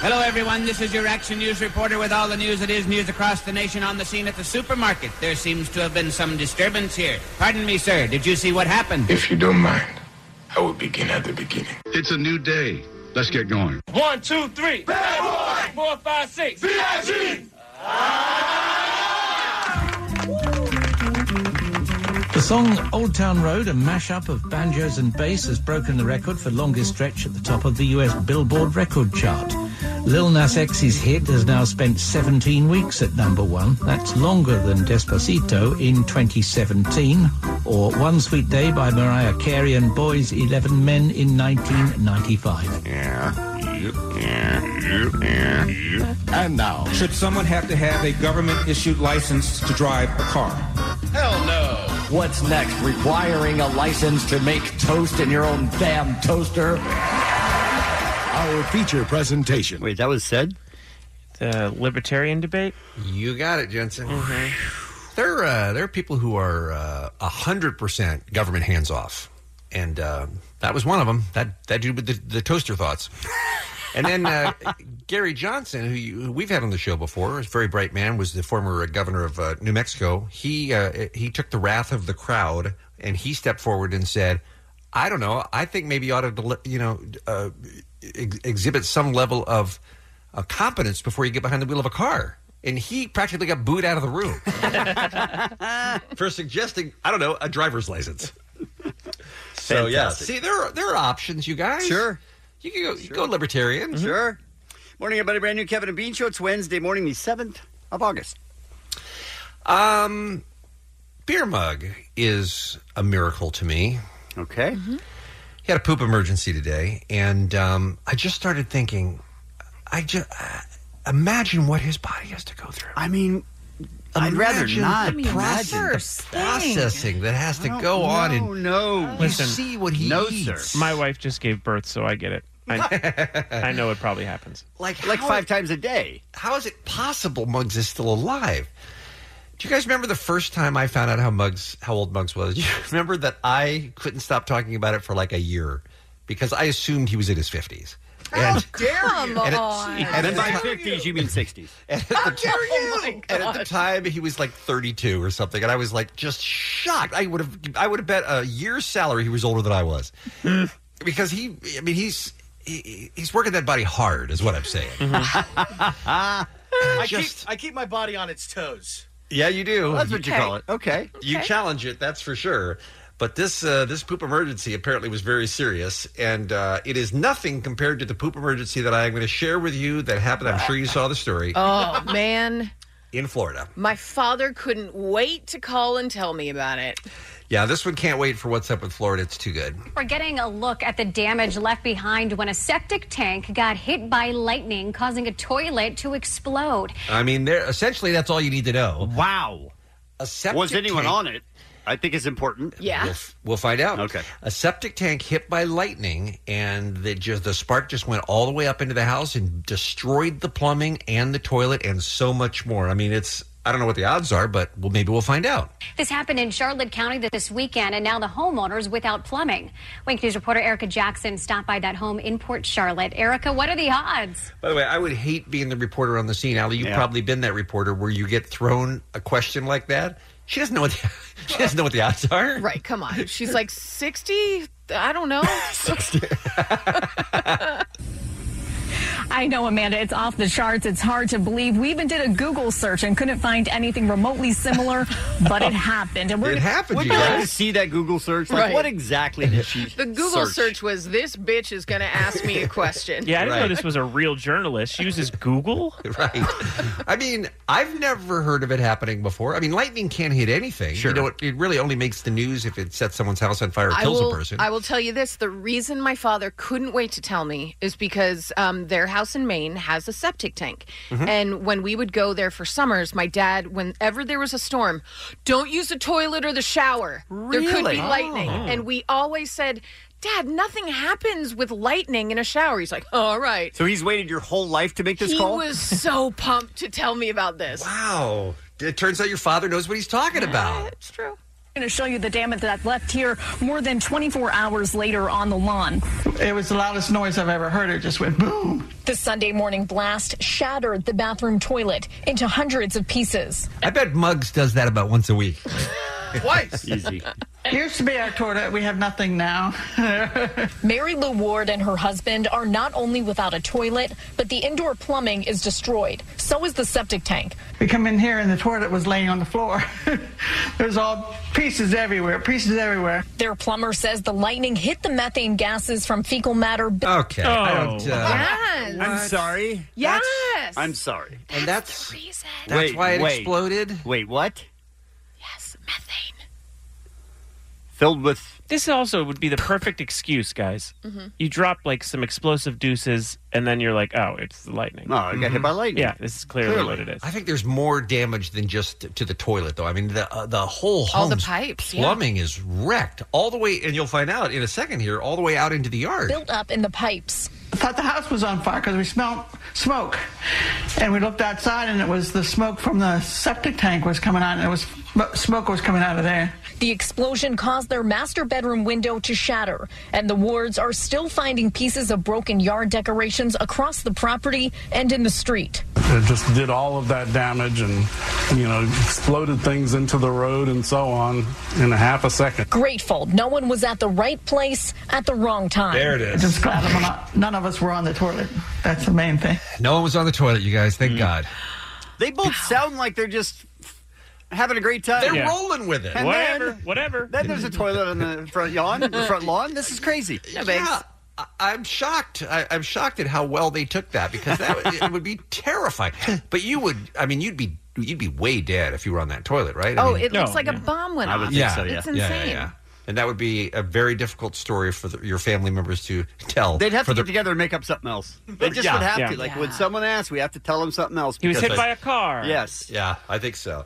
Hello, everyone. This is your Action News reporter with all the news that is news across the nation on the scene at the supermarket. There seems to have been some disturbance here. Pardon me, sir. Did you see what happened? If you don't mind, I will begin at the beginning. It's a new day. Let's get going. One, two, three. Bad boy. Four, five, six. B.I.G. The song Old Town Road, a mashup of banjos and bass, has broken the record for longest stretch at the top of the US Billboard record chart. Lil Nas X's hit has now spent 17 weeks at number one. That's longer than Despacito in 2017, or One Sweet Day by Mariah Carey and Boys 11 Men in 1995. And now, Should someone have to have a government issued license to drive a car? What's next? Requiring a license to make toast in your own damn toaster? our feature presentation. Wait, that was said? The libertarian debate. You got it, Jensen. There, uh, there are people who are uh, a hundred percent government hands off, and uh, that was one of them. That that dude with the, the toaster thoughts. And then uh, Gary Johnson, who, you, who we've had on the show before, is a very bright man, was the former uh, governor of uh, New Mexico. He uh, he took the wrath of the crowd, and he stepped forward and said, "I don't know. I think maybe you ought to, deli- you know, uh, ex- exhibit some level of uh, competence before you get behind the wheel of a car." And he practically got booed out of the room for suggesting, I don't know, a driver's license. So yeah, see, there are there are options, you guys. Sure. you can go, you go libertarian. Sure. Morning, everybody. Brand new Kevin and Bean Show. It's Wednesday morning, the 7th of August. Um, beer mug is a miracle to me. Okay. He had a poop emergency today, and um, I just started thinking, I just uh, imagine what his body has to go through. I mean, I'd rather Imagine not. the process, the processing that has to go no, on, and no. you see what he No, eats. sir. My wife just gave birth, so I get it. I, I know it probably happens. like Like how- five times a day. how is it possible Muggs is still alive? Do you guys remember the first time I found out how Muggs, how old Muggs was? Do you remember that I couldn't stop talking about it for like a year because I assumed he was in his fifties. And, Come and it- uh, on. and at the ti- 50s, you mean 60s. and at the ti- and at the time, he was like 32 or something, and I was like just shocked. I would have, I would have bet a year's salary he was older than I was, because he, I mean, he's he, he's working that body hard, is what I'm saying. Mm-hmm. I, Just- keep, I keep my body on its toes. Yeah, you do. That's what you call it. Okay. You challenge it, that's for sure. But this uh, this poop emergency apparently was very serious, and uh, it is nothing compared to the poop emergency that I am going to share with you that happened. I'm sure you saw the story Oh man, in Florida. my father couldn't wait to call and tell me about it. Yeah, this one can't wait for what's up with Florida. It's too good. We're getting a look at the damage left behind when a septic tank got hit by lightning, causing a toilet to explode. I mean, there essentially that's all you need to know. Wow. A septic Was anyone tank- on it? I think it's important. We'll, Yeah. f- we'll find out. Okay. A septic tank hit by lightning, and the just the spark just went all the way up into the house and destroyed the plumbing and the toilet and so much more. I mean, it's I don't know what the odds are, but well, maybe we'll find out. This happened in Charlotte County this weekend, and now the homeowner's without plumbing. Wink News reporter Erica Jackson stopped by that home in Port Charlotte. Erica, what are the odds? By the way, I would hate being the reporter on the scene, Allie. You've Yeah. probably been that reporter where you get thrown a question like that. She doesn't know what the, she doesn't know what the odds are. Right, come on. She's like sixty. I don't know. I know, Amanda, it's off the charts. It's hard to believe. We even did a Google search and couldn't find anything remotely similar, but it happened. And we're It happened, Would you you like guys. to see that Google search? Like, what exactly did she? The Google search, was this bitch is going to ask me a question. Yeah, I didn't know this was a real journalist. She uses Google. right. I mean, I've never heard of it happening before. I mean, lightning can hit anything. Sure. You know, it, it really only makes the news if it sets someone's house on fire or I kills will, a person. I will tell you this. The reason my father couldn't wait to tell me is because um, their house in Maine has a septic tank. Mhm. And when we would go there for summers, my dad, whenever there was a storm, don't use the toilet or the shower. There could Really? be lightning. Oh. And we always said, Dad, nothing happens with lightning in a shower. He's like, all right. So he's waited your whole life to make this he call. was so pumped to tell me about this. wow. It turns out your father knows what he's talking about. It's true. going to show you the damage that left here more than 24 hours later on the lawn. It was the loudest noise I've ever heard. It just went boom. The Sunday morning blast shattered the bathroom toilet into hundreds of pieces. I bet Muggs does that about once a week. Twice. Easy. Used to be our toilet. We have nothing now. Mary Lou Ward and her husband are not only without a toilet, but the indoor plumbing is destroyed. So is the septic tank. We come in here and the toilet was laying on the floor. There's all pieces everywhere, pieces everywhere. Their plumber says the lightning hit the methane gases from fecal matter. Okay. I Oh. don't, uh, Yes. I'm sorry. Yes. I'm sorry. and that's That's why it exploded. Wait, what? Yes, methane. Filled with. This also would be the perfect excuse, guys. Mm-hmm. Mhm. You drop like some explosive deuces, and then you're like, "Oh, it's the lightning." Oh, I got Mm-hmm. hit by lightning. Yeah, this is clearly, what it is. I think there's more damage than just to the toilet, though. I mean, the uh, the whole All home the pipes, yeah. plumbing is wrecked all the way, and you'll find out in a second here, all the way out into the yard. built up in the pipes. I thought the house was on fire because we smelled smoke. And we looked outside and it was the smoke from the septic tank was coming out and it was smoke was coming out of there. The explosion caused their master bedroom window to shatter, and the wards are still finding pieces of broken yard decorations across the property and in the street. It just did all of that damage and, you know, exploded things into the road and so on in a half a second. Grateful no one was at the right place at the wrong time. There it is. Just glad I'm not, none of us were on the toilet. That's the main thing. No one was on the toilet, you guys. Mm. Thank God. They both sound like they're just having a great time. They're Yeah. rolling with it. And Whatever, Then, whatever. Then there's a toilet on the front lawn. The front lawn. This is crazy. yeah, I- I'm shocked. I, I'm shocked at how well they took that because that would- it would be terrifying. But you would, I mean, you'd be you'd be way dead if you were on that toilet, right? I Oh, mean- it looks like a bomb went off. It's insane. And that would be a very difficult story for the, your family members to tell. They'd have for to the- get together and make up something else. They just Yeah, would have yeah. to. Like when someone asks, we have to tell them something else. He was because hit by a car. Yes. Yeah, I think so.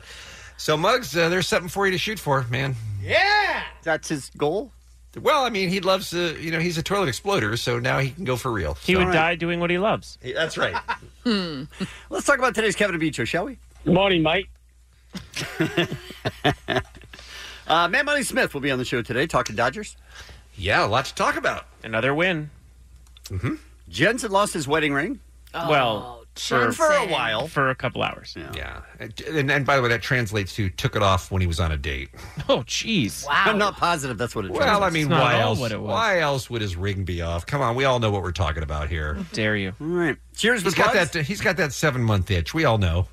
So, Muggs, uh, there's something for you to shoot for, man. Yeah. That's his goal. Well, I mean, he loves uh, you know, he's a toilet exploder, so now he can go for real. He So- would die doing what he loves. Yeah, That's right. Let's talk about today's Kevin and Beach Show, shall we? Morning, mate. uh, Man Money Smith will be on the show today talking Dodgers. Yeah, a lot to talk about. Another win. Mm-hmm. Jensen lost his wedding ring. well, for, for a while. for a couple hours. Yeah. And, and, and by the way, that translates to took it off when he was on a date. Oh, jeez. Wow. I'm not positive that's what it Well, I translates. mean, It's not why at all else? what it was. Why else would his ring be off? Come on, we all know what we're talking about here. dare you? All right. Cheers. He's got that. He's got that seven month itch. We all know.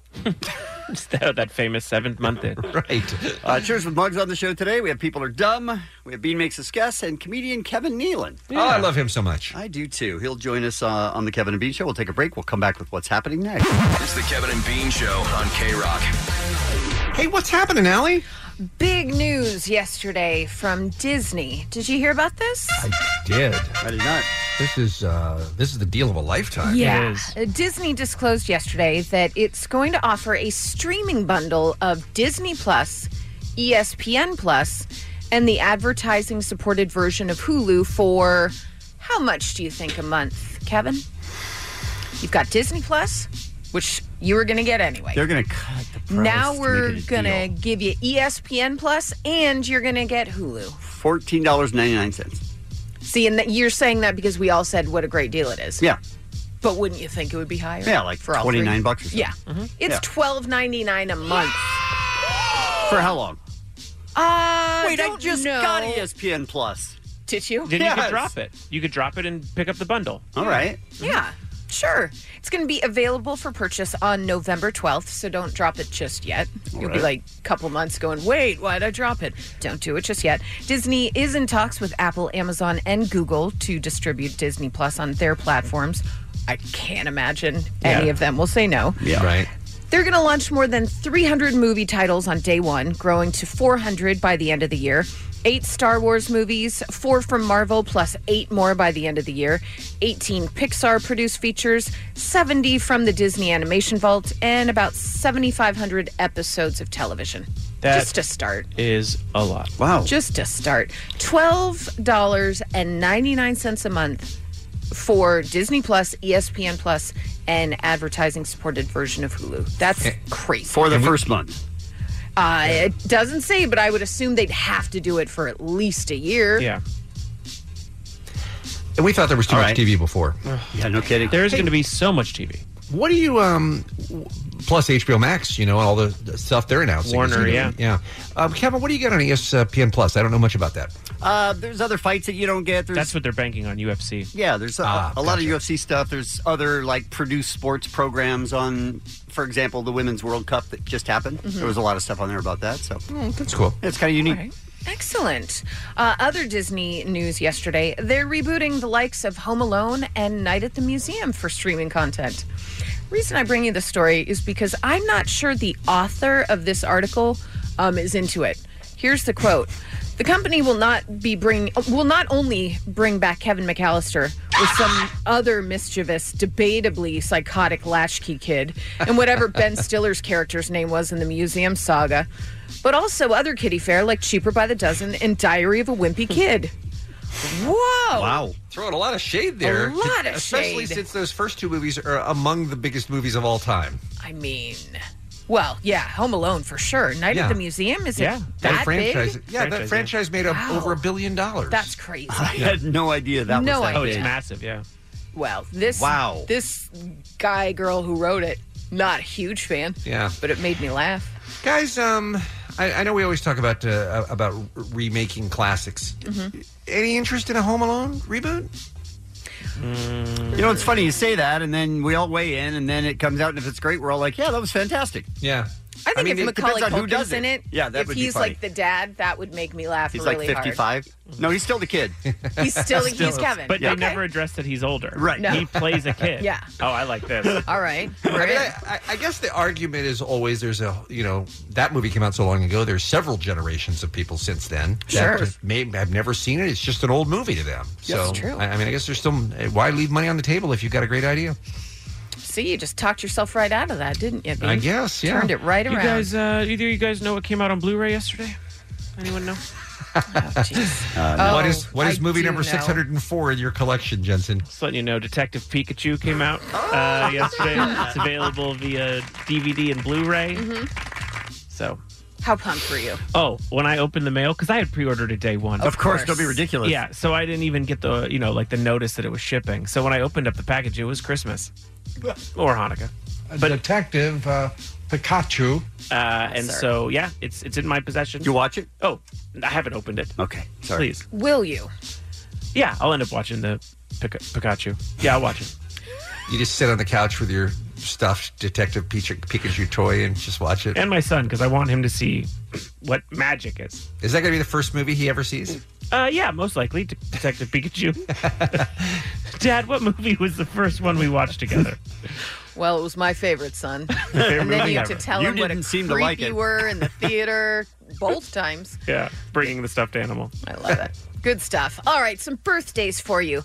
that, that famous seventh month itch. right. Uh, cheers with Muggs on the show today. We have People Are Dumb. We have Bean Makes Us Guess and comedian Kevin Nealon. Oh, I love him so much. I do too. He'll join us uh, on the Kevin and Bean Show. We'll take a break. We'll come back with what's happening next. It's the Kevin and Bean Show on K Rock. Hey, what's happening, Allie? Big news yesterday from Disney. Did you hear about this? Did I did not? This is uh, this is the deal of a lifetime. Yeah. Uh, Disney disclosed yesterday that it's going to offer a streaming bundle of Disney Plus, E ESPN Plus, and the advertising supported version of Hulu for how much do you think a month, Kevin? You've got Disney Plus, which you were going to get anyway. They're going to cut the price. now to we're make it a going to deal. give you E ESPN Plus and you're going to get Hulu. $14.99. See, and that you're saying that because we all said what a great deal it is. Yeah. But wouldn't you think it would be higher? Yeah, like for all 29 three? bucks or something. Yeah. Mm-hmm. It's Yeah. twelve ninety nine a month. For how long? Uh, Wait, I don't just know. got E ESPN Plus. Did you? Then you could Yes. drop it. You could drop it and pick up the bundle. All right. Yeah. Sure. It's going to be available for purchase on November 12th, so don't drop it just yet. You'll be right. like a couple months going, wait, why'd I drop it? Don't do it just yet. Disney is in talks with Apple, Amazon, and Google to distribute Disney Plus on their platforms. I can't imagine any Yeah. of them will say no. Yeah. Right. They're going to launch more than 300 movie titles on day one, growing to 400 by the end of the year. Eight Star Wars movies, four from Marvel, plus eight more by the end of the year. 18 Pixar produced features, 70 from the Disney Animation Vault, and about 7,500 episodes of television. That- Just to start. Is a lot. Just to start. $12.99 a month for Disney Plus, E ESPN Plus, and advertising supported version of Hulu. That's Eh, crazy. For the first month. Uh, it doesn't say, but I would assume they'd have to do it for at least a year. Yeah. And we thought there was too All right. much TV before. yeah, no kidding. There's Hey. going to be so much TV. What do you um? Plus HBO Max, you know, and all the the stuff they're announcing. Warner, You know, yeah. yeah. Um, Kevin, what do you got on ESPN Plus? I don't know much about that. Uh, there's other fights that you don't get. There's, That's what they're banking on UFC. Yeah, there's a, Ah, a lot of UFC stuff. There's other like produced sports programs on, for example, the Women's World Cup that just happened. Mhm. There was a lot of stuff on there about that. So Oh, that's cool. It's kind of unique. Excellent. Uh, other Disney news yesterday they're rebooting the likes of Home Alone and Night at the Museum for streaming content. Reason I bring you this story is because I'm not sure the author of this article um, is into it. Here's the quote. The company will not be bring will not only bring back Kevin McAllister with some other mischievous, debatably psychotic latchkey kid and whatever Ben Stiller's character's name was in the museum saga, but also other kitty fare like Cheaper by the Dozen and Diary of a Hmm. Wimpy Kid. Whoa! Throwing a lot of shade there. A lot of Especially shade. since those first two movies are among the biggest movies of all time. I mean, well, yeah, Home Alone for sure. Night Yeah. at the Museum is Yeah. it That that franchise- big? yeah, that Franchise, franchise made up over a billion dollars. That's crazy. I had no idea that No was that idea. Oh, it's big. massive, yeah. Well, this Wow. this guy girl who wrote it, not a huge fan. Yeah. but it made me laugh. Guys, um, I, I know we always talk about uh, about remaking classics. Any interest in a Home Alone reboot? Mm. You know, it's funny you say that, and then we all weigh in, and then it comes out, and if it's great, we're all like, "Yeah, that was fantastic." Yeah, I think mean, if it depends Macaulay on who does Culkin's in it, yeah, that if would he's be funny. like the dad, that would make me laugh he's really like hard. 55. Mm-hmm. No, he's still the kid. He's still- he's Kevin. But Yeah. they never address that he's older. Right. No. He plays a kid. Yeah. Oh, I like this. All right, I, mean, I, I- I guess the argument is always there's a you know that movie came out so long ago. There's several generations of people since then Sure. that just may have never seen it. It's just an old movie to them. Yes, so true. I, I mean, I guess there's still why leave money on the table if you've got a great idea. See, you just talked yourself right out of that, didn't you? I babe? guess, yeah. Turned it right You around. guys, uh, either you guys know what came out on Blu-ray yesterday? Anyone know? Uh, Uh, no. what Oh, is what is Oh, I movie do number know. six hundred and four in your collection, Jensen? Just letting you know, Detective Pikachu came out Oh! uh, yesterday. It's available via DVD and Blu-ray. Mhm. Mm-hmm. So, How pumped were you? oh, when I opened the mail, because I had pre-ordered it day one. Of course, don't be ridiculous. Yeah, so I didn't even get the you know like the notice that it was shipping. So when I opened up the package, it was Christmas or Hanukkah. But Detective uh, Pikachu. Uh, and Sorry. so yeah, it's it's in my possession. You watch it? Oh, I haven't opened it. Okay, sorry. Please, Will you? yeah, I'll end up watching the Pika- Pikachu. Yeah, I'll watch it. You just sit on the couch with your stuffed Detective Pikachu, Pikachu toy and just watch it. And my son, because I want him to see what magic is. Is that going to be the first movie he ever sees? Uh, yeah, most likely De- Detective Pikachu. Dad, what movie was the first one we watched together? Well, it was my favorite, son. favorite and then movie you had to ever. tell You him what a didn't seem creep to like you it. were in the theater both times. Yeah, bringing the stuffed animal. I love it. Good stuff. All right, some birthdays for you.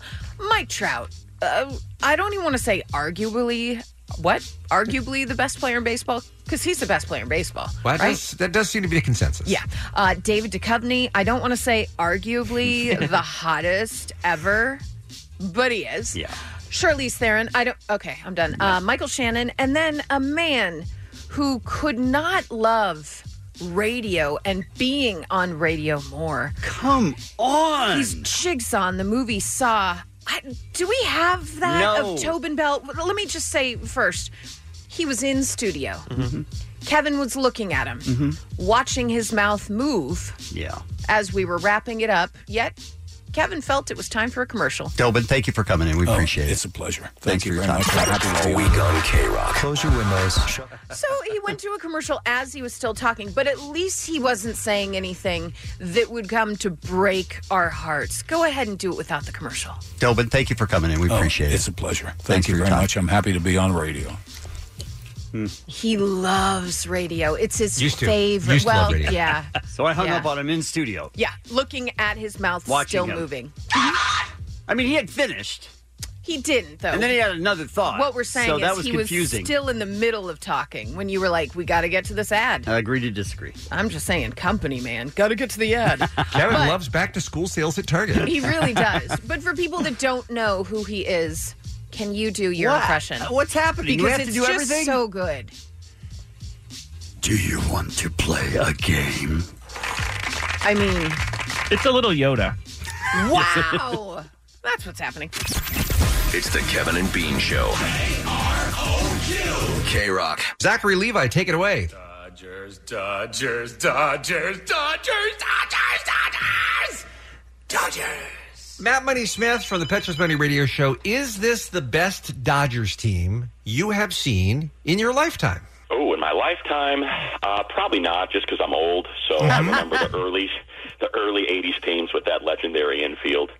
Mike Trout. Uh, I don't even want to say arguably what arguably the best player in baseball because he's the best player in baseball. Well, that, right? does, that does seem to be the consensus. Yeah. Uh, David Duchovny. I don't want to say arguably the hottest ever, but he is. Yeah. Charlize Theron. I don't. Okay, I'm done. Uh, Michael Shannon, and then a man who could not love radio and being on radio more. Come on. He's Jigsaw in the movie Saw. I, do we have that No. of Tobin Bell? Let me just say first, he was in studio. Mm-hmm. Kevin was looking at him Mhm. watching his mouth move Yeah. as we were wrapping it up, yet Kevin felt it was time for a commercial. Tobin, thank you for coming in. We Oh, appreciate it. It's a pleasure. Thank Thanks you for your very time. much. Happy to be All on. week on K Rock. Close your windows. So he went to a commercial as he was still talking, but at least he wasn't saying anything that would come to break our hearts. Go ahead and do it without the commercial. Tobin, thank you for coming in. We Oh, appreciate it. It's a pleasure. Thank Thanks you for your very time. much. I'm happy to be on radio. He loves radio. It's his Used to. favorite. Used to well, love radio. yeah. So I hung Yeah. up on him in studio, Yeah, looking at his mouth watching still him. moving. I mean, he had finished, He didn't though. and then he had another thought. what we're saying so is that was he confusing. was still in the middle of talking when you were like, "We got to get to this ad." I agree to disagree. I'm just saying, company man, got to get to the ad. Kevin But- loves back to school sales at Target. He really does. But for people that don't know who he is, can you do your What? impression? What's happening? You Because have to it's do just everything? so good. Do you want to play a game? I mean, It's a little Yoda. wow. That's what's happening. It's the Kevin and Bean Show. K Rock. Zachary Levi, take it away. Dodgers, Dodgers, Dodgers, Dodgers, Dodgers, Dodgers, Dodgers. Matt Money Smith from the Petros Money Radio Show. Is this the best Dodgers team you have seen in your lifetime? Oh, in my lifetime, uh, probably not, just because I'm old. So I Mm-hmm. remember the early, the early '80s teams with that legendary infield.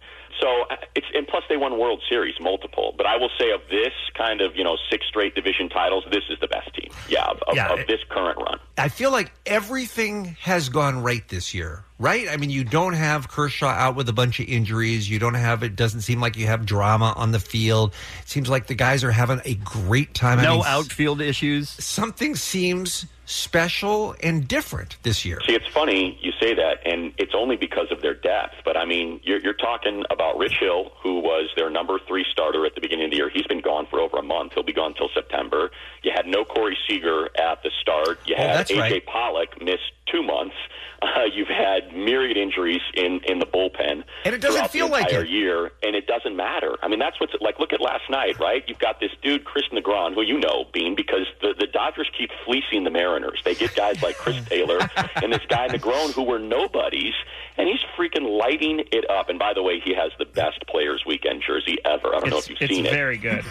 So uh, it's and plus they won World Series multiple. But I will say of this kind of you know six straight division titles, this is the best team. Yeah, of, of, Yeah, of it- this current run. I feel like everything has gone right this year, right? I mean, you don't have Kershaw out with a bunch of injuries. You don't have it. Doesn't seem like you have drama on the field. It seems like the guys are having a great time. No outfield issues. Something seems special and different this year. See, it's funny you say that, and it's only because of their depth. But I mean, you're, you're talking about Rich Hill, who was their number three starter at the beginning of the year. He's been gone for over a month. He'll be gone till September. You had no Corey Seager at the start. You Oh, had that's AJ right. Pollock miss two months. Uh, you've had myriad injuries in in the bullpen, And it doesn't throughout feel the like entire it. year, and it doesn't matter. I mean, that's what's like. Look at last night, right? You've got this dude Chris Negron, who you know, Bean, because the the Dodgers keep fleecing the Mariners. They get guys like Chris Taylor and this guy Negron, who were nobodies, and he's freaking lighting it up. And by the way, he has the best Players Weekend jersey ever. I don't know if you've It's seen it. very good.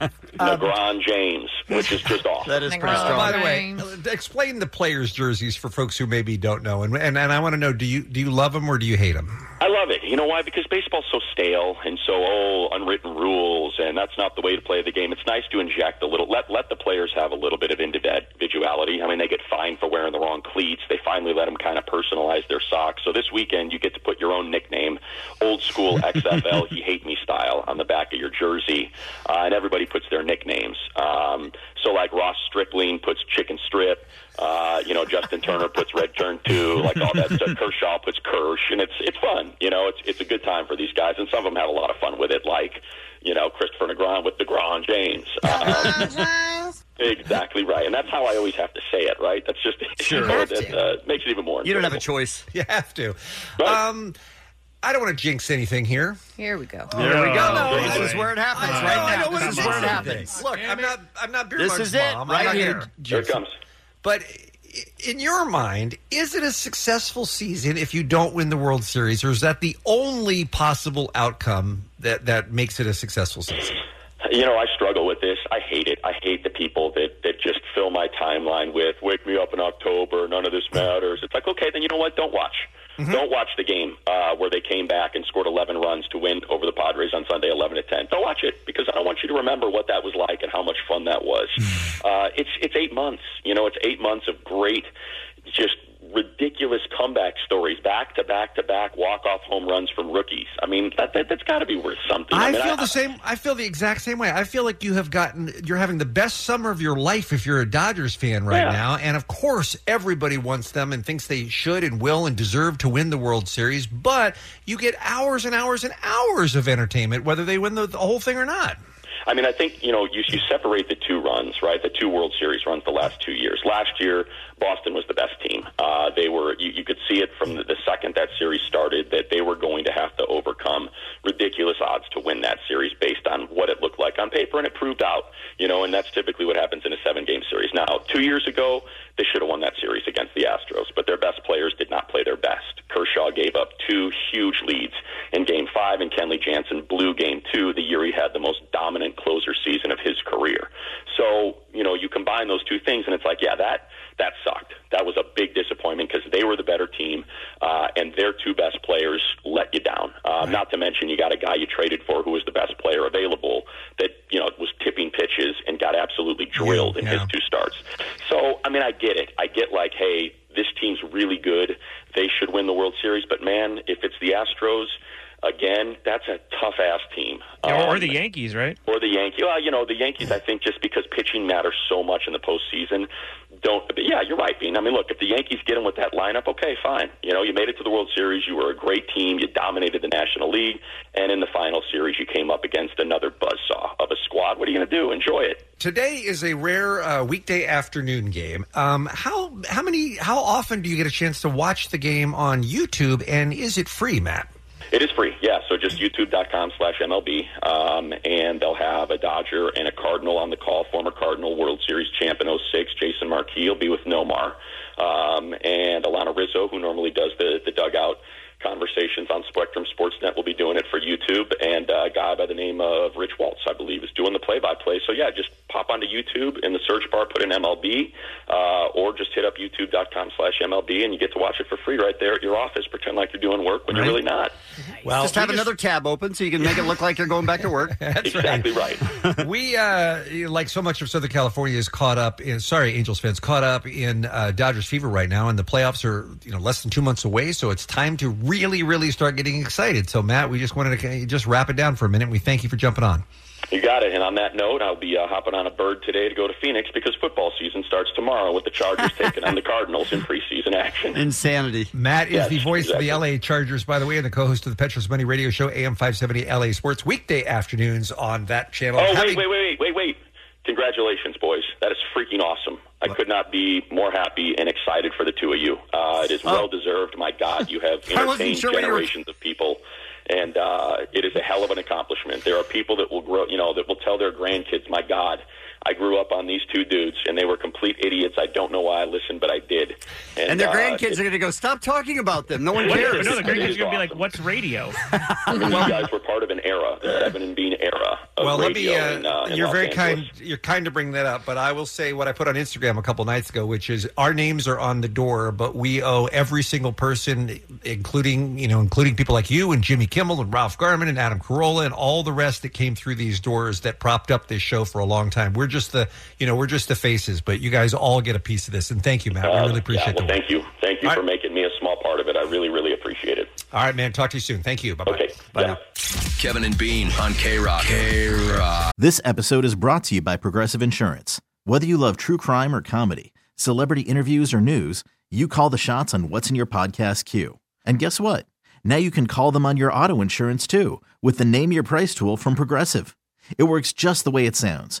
Negron James, which is just awesome. That is Uh, By the way, uh, explain the players' jerseys for folks who maybe don't know, and and, and I want to know: do you do you love them or do you hate them? I love it. You know why? Because baseball's so stale and so oh, unwritten rules, and that's not the way to play the game. It's nice to inject a little, let let the players have a little bit of individuality. I mean, they get fined for wearing the wrong cleats. They finally let them kind of personalize their socks. So this weekend, you get to put your own nickname, old school XFL, he hate me style, on the back of your jersey, uh, and everybody puts their nicknames. Um, so like Ross Stripling puts chicken strip. Uh, you know, Justin Turner puts Red Turn Two, like all that stuff. Kershaw puts Kersh, and it's it's fun. You know, it's it's a good time for these guys, and some of them have a lot of fun with it, like you know Christopher Negron with Negron James. Um, exactly right, and that's how I always have to say it. Right? That's just Sure. you know, that uh, makes it even more. You don't have a choice. You have to. Um, I don't want to jinx anything here. Here we go. There we go. No, Boy. this is where it happens. I know, right I now, know, this is come where it on. happens. Look, I'm not. I'm not beer This mug's is it, mom. I'm right not here. gonna Here it jinx comes. But i- in your mind, is it a successful season if you don't win the World Series, or is that the only possible outcome that that makes it a successful season? You know, I struggle with this. I hate it. I hate the people that, that just fill my timeline with wake me up in October, none of this matters. It's like, okay, then you know what? Don't watch. Mm-hmm. Don't watch the game uh, where they came back and scored 11 runs to win over the Padres on Sunday, 11 to 10. Don't watch it because I don't want you to remember what that was like and how much fun that was. Hmm. uh, it's it's eight months. You know, it's eight months of great, just ridiculous comeback stories, back to back to back walk off home runs from rookies. I mean, that, that that's got to be worth something. I mean, feel the same. I feel the exact same way. I feel like you have gotten, you're having the best summer of your life if you're a Dodgers fan right Yeah. now. And of course, everybody wants them and thinks they should and will and deserve to win the World Series. But you get hours and hours and hours of entertainment, whether they win the, the whole thing or not. I mean, I think you know you, you separate the two runs, right? The two World Series runs the last two years. Last year, Boston was the best team. Uh, they were you, you could see it from the, the second that series started that they were going to have to overcome ridiculous odds to win that series based on what it looked like on paper, and it proved out. You know, and that's typically what happens in a seven game series. Now, two years ago, they They should have won that series against the Astros, but their best players did not play their best. Kershaw gave up two huge leads in Game Five, and Kenley Jansen blew Game Two, the year he had the most dominant closer season of his career. So you know, you combine those two things, and it's like, yeah, that that sucked. That was a big disappointment because they were the better team, uh, and their two best players let you down. Uh, Not to mention, you got a guy you traded for who was the best player available that you know was tipping pitches and got absolutely drilled in his two starts. So, I mean, I get it. I get like, hey, this team's really good. They should win the World Series. But man, if it's the Astros again, that's a tough ass team. Yeah, or, or the Yankees, right? Or the Yankees. Well, you know, the Yankees, I think, just because pitching matters so much in the postseason, don't. But yeah, you're right, Bean. I mean, look, if the Yankees get in with that lineup, okay, fine. You know, you made it to the World Series. You were a great team. You dominated the National League. And in the final series, you came up against another buzzsaw of a squad. What are you going to do? Enjoy it. Today is a rare uh, weekday afternoon game. Um, how how many how often do you get a chance to watch the game on YouTube? And is it free, Matt? It is free, yeah. So just youtube.com slash MLB, um, and they'll have a Dodger and a Cardinal on the call. Former Cardinal World Series champ in 06, Jason Marquis, will be with Nomar. Um, and Alana Rizzo, who normally does the, the dugout conversations on Spectrum Sportsnet, will be doing it for YouTube. And uh, a guy by the name of Rich Waltz, I believe, is doing the play by play. So yeah, just pop onto YouTube in the search bar, put in MLB, uh, or just hit up youtube.com slash MLB, and you get to watch it for free right there at your office. Pretend like you're doing work when you're really not. Well, just have another tab open so you can make it look like you're going back to work. That's exactly right. we uh, like so much of Southern California is caught up in. Sorry, Angels fans, caught up in uh, Dodgers fever right now, and the playoffs are you know less than two months away. So it's time to really, really start getting excited. So Matt, we just wanted to just wrap it down for a minute. We thank you for jumping on. You got it. And on that note, I'll be uh, hopping on a bird today to go to Phoenix because football season starts tomorrow with the Chargers taking on the Cardinals in preseason action. Insanity. Matt is Yes, the voice of the LA Chargers, by the way, and the co-host of the Petros Money Radio Show, AM five seventy LA Sports, weekday afternoons on that channel. Oh, Having- wait, wait, wait, wait, wait, wait. Congratulations, boys. That is freaking awesome. I could not be more happy and excited for the two of you. Uh, it is well deserved. My God, you have Oh. I wasn't entertained sure what you were- generations of people, and uh, it is a hell of an accomplishment. There are people that will grow, you know, that will tell their grandkids, "My God, I grew up on these two dudes, and they were complete idiots. I don't know why I listened, but I did." And, their uh, grandkids are going to go, stop talking about them. No one What- cares. no, the grandkids are gonna be Like, what's radio? I mean, you guys were part of an era, the Seven and Bean era of Well, let me. radio. Uh, in, uh, in you're Los very Angeles. kind. You're kind to bring that up, but I will say what I put on Instagram a couple nights ago, which is our names are on the door, but we owe every single person, including you know, including people like you and Jimmy Kimmel and Ralph Garman and Adam Carolla and all the rest that came through these doors that propped up this show for a long time. We're just the you know we're just the faces, but you guys all get a piece of this, and thank you, Matt. we really appreciate Uh, the yeah, work. well, thank you. Thank you for making me a small part of it. I really, really appreciate it. All right, man. Talk to you soon. Thank you. Bye bye. Bye now. Kevin and Bean on K Rock. K Rock. This episode is brought to you by Progressive Insurance. Whether you love true crime or comedy, celebrity interviews or news, you call the shots on what's in your podcast queue. And guess what? Now you can call them on your auto insurance too with the Name Your Price tool from Progressive. It works just the way it sounds.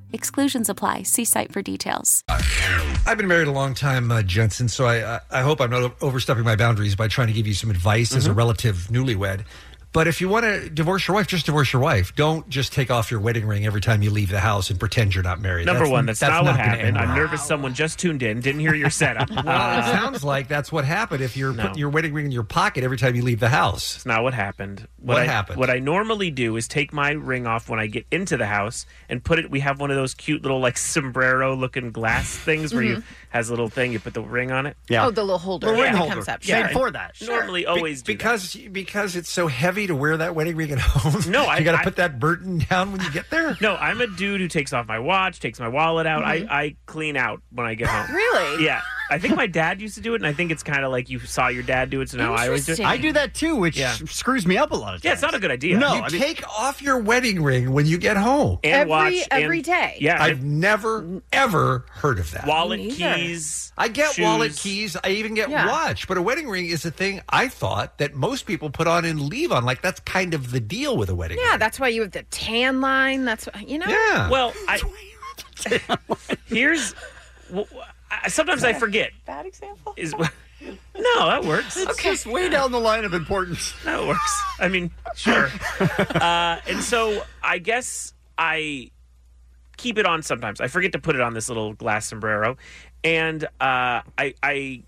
Exclusions apply. See site for details. I've been married a long time, uh, Jensen, so I, I I hope I'm not o- overstepping my boundaries by trying to give you some advice as a relative newlywed. But if you want to divorce your wife, just divorce your wife. Don't just take off your wedding ring every time you leave the house and pretend you're not married. Number one, that's, not, what gonna end happened. I'm well. nervous someone just tuned in, didn't hear your setup. Well, it Uh, sounds like that's what happened if you're No. putting your wedding ring in your pocket every time you leave the house. It's not what happened. What I, happened? What I normally do is take my ring off when I get into the house and put it. We have one of those cute little like sombrero looking glass things where you Mhm. has a little thing. You put the ring on it. Oh, the little holder. that comes up. Sure. Normally, always do because because it's so heavy heavy to wear that wedding ring at home? No, I you got I- to put that burden down when you get there. No, I'm a dude who takes off my watch, takes my wallet out. Mhm. I, I clean out when I get home. Really? Yeah. I think my dad used to do it, and I think it's kind of like you saw your dad do it, so now I always do it. I do that too, which Yeah. screws me up a lot of times. Yeah, it's not a good idea. No, you take off your wedding ring when you get home And Every- watch and- every day. yeah, I've never ever heard of that. Wallet, Me neither. keys, I get wallet shoes. keys. I even get Yeah. watch, but a wedding ring is a thing I thought that most people put on and leave on. Like that's kind of the deal with a wedding. Yeah, that's why you have the tan line. That's why- you know. Yeah. Well, I here's w- w- I- sometimes I forget. Bad example. Is no, that works. It's just way down the line of importance. That works. I mean, sure. uh, and so I guess I keep it on sometimes. I forget to put it on this little glass sombrero, and uh, I I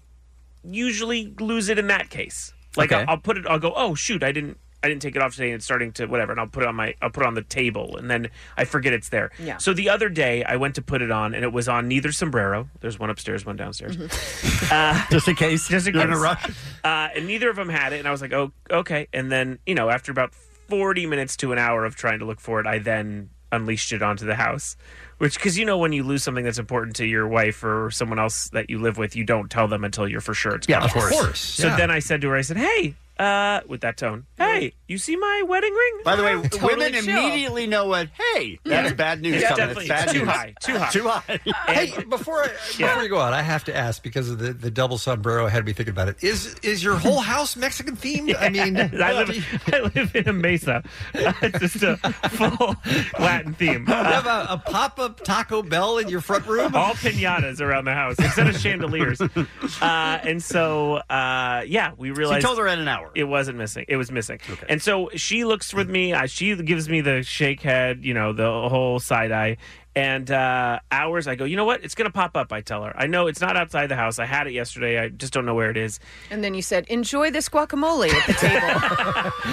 usually lose it in that case. Like Okay. I'll, I'll put it. I'll go. Oh shoot! I didn't. I didn't take it off today, and it's starting to whatever. And I'll put it on my. I'll put it on the table, and then I forget it's there. Yeah. So the other day, I went to put it on, and it was on neither sombrero. There's one upstairs, one downstairs. Uh, just in case. Just in You're case. in a rush. Uh, and neither of them had it. And I was like, oh, okay. And then, you know, after about 40 minutes to an hour of trying to look for it, I then unleashed it onto the house. Which, because you know, when you lose something that's important to your wife or someone else that you live with, you don't tell them until you're for sure it's Yeah, gone. of course. Of course, So yeah. then I said to her, I said, hey, uh, with that tone, hey, you see my wedding ring? By the way, Totally women chill. immediately know what. Hey, that's Yeah. bad news. Yeah, definitely. coming. It's bad Too news. high. Too high. Too high. hey, before I, before you go on, I have to ask because of the, the double sombrero had me thinking about it. Is is your whole house Mexican themed? I mean, I live, I live in a mesa. It's just a full Latin theme. Uh, You have a, a pop up Taco Bell in your front room? All pinatas around the house instead of chandeliers. Uh, and so, uh, yeah, we realized. told her at an hour. It wasn't missing. It was missing. And so she looks with me. I, she gives me the shake head, you know, the whole side eye. And uh, hours, I go, you know what? It's going to pop up, I tell her. I know it's not outside the house. I had it yesterday. I just don't know where it is. And then you said, "Enjoy this guacamole at the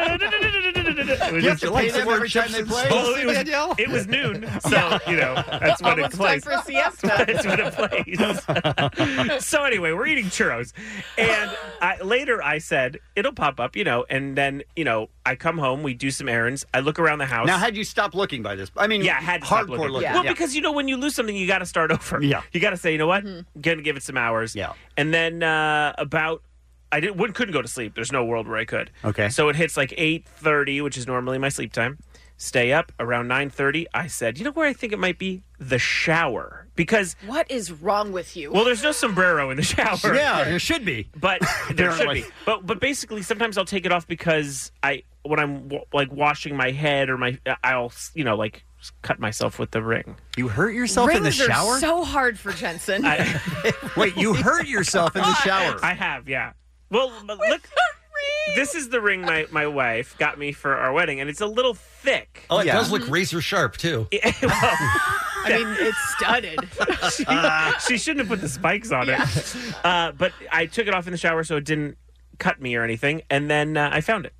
It table." was just- Well, it, was, it was noon, so you know that's when it Almost time plays. for a siesta. that's when it plays. so anyway, we're eating churros, and I, later I said it'll pop up, you know, and then you know I come home, we do some errands, I look around the house. Now, had you stopped looking by this? I mean, yeah, I had to stop hardcore looking. looking. Well, Yeah. because you know when you lose something, you got to start over. Yeah, you got to say, you know what, Mm-hmm. gonna give it some hours. Yeah, and then uh, about I didn't wouldn't couldn't go to sleep. There's no world where I could. Okay. so it hits like eight thirty, which is normally my sleep time. Stay up around nine thirty. I said, you know where I think it might be the shower because what is wrong with you? well, there's no sombrero in the shower. Yeah, there should be, but there should Apparently. be. But but basically, sometimes I'll take it off because I when I'm wa- like washing my head or my I'll you know like cut myself with the ring. You hurt yourself in the Rings shower? Are so hard for Jensen. Wait, you hurt yourself in the shower. I have, yeah. Well, but look. This is the ring my, my wife got me for our wedding, and it's a little thick. Oh, it does look razor sharp too. Mm-hmm. I mean, it's studded. she, she shouldn't have put the spikes on it. Uh, but I took it off in the shower so it didn't cut me or anything, and then uh, I found it.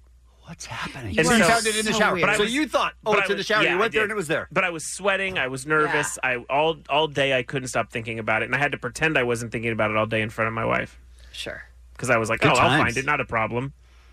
What's happening? And so you so- found it in the so shower. weird. But I so was- you thought, oh, but I it's in the was- shower. yeah, you I went there did. and it was there. But I was sweating. I was nervous. I all all day I couldn't stop thinking about it, and I had to pretend I wasn't thinking about it all day in front of my wife. Sure. Because I was like, Good oh, I'll times. find it. Not a problem.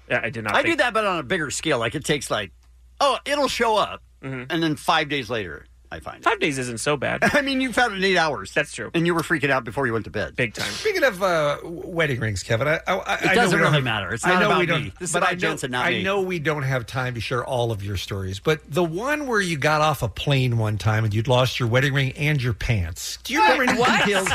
Yeah, I did not. I think- do that, but on a bigger scale. Like it takes like, oh, it'll show up, and then five days later, I find it. Mm-hmm. Five days isn't so bad. I mean, you found it in eight hours. That's true. And you were freaking out before you went to bed. Big time. Speaking of uh, w- wedding rings, Kevin, I, I, I- It I know doesn't we don't really have- matter. It's I not know about we don't, me. This is but about I know, Jensen, not I me. know we don't have time to share all of your stories, but the one where you got off a plane one time and you'd lost your wedding ring and your pants. Do you remember any details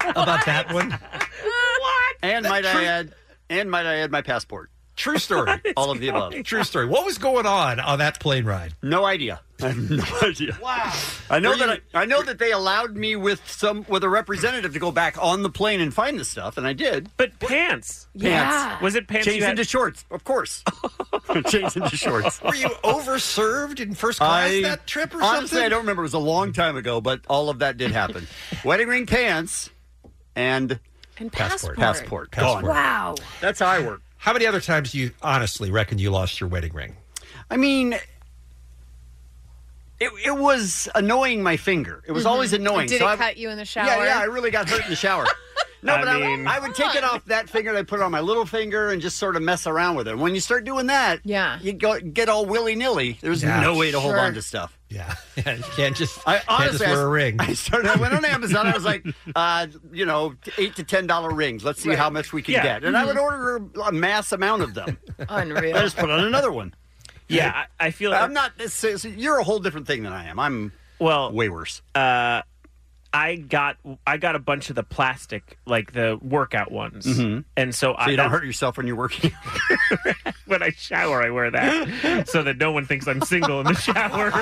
about that one? what? And might I add? And might I add my passport? True story. All of the above. True story. What was going on on that plane ride? No idea. I have no idea. Wow. I know that I, I know that they allowed me with some with a representative to go back on the plane and find the stuff, and I did. But pants, pants. Yeah. Was it pants Changed you had- into shorts, of course. Changed into shorts. Were you overserved in first class I- that trip or honestly, something? I don't remember. It was a long time ago, but all of that did happen. Wedding ring, pants, and and passport. Passport. Passport. Gone. Wow. That's how I work. How many other times do you honestly reckon you lost your wedding ring? I mean, it, it was annoying my finger. It was always annoying. Mm-hmm. Did so it I- cut you in the shower? Yeah, yeah, I really got hurt in the shower. No, but I, mean- I would take it off that finger. and I put it on my little finger and just sort of mess around with it. When you start doing that, yeah, you go get all willy nilly. There's Yeah. no way to hold Sure. on to stuff. Yeah, yeah you can't just I can't just honestly, I wear a s- ring. I started. I went on Amazon. I was like, uh, you know, eight to ten dollar rings. Let's see Right. how much we can Yeah. get. And I would Mm-hmm. Mhm. order a mass amount of them. Unreal. I just put on another one. Yeah, I, I feel. I'm not. it's- it's- you're a whole different thing than I am. I'm well way worse. Uh, I got I got a bunch of the plastic, like the workout ones, Mhm. and so, So I you don't hurt yourself when you're working. when I shower, I wear that so that no one thinks I'm single in the shower.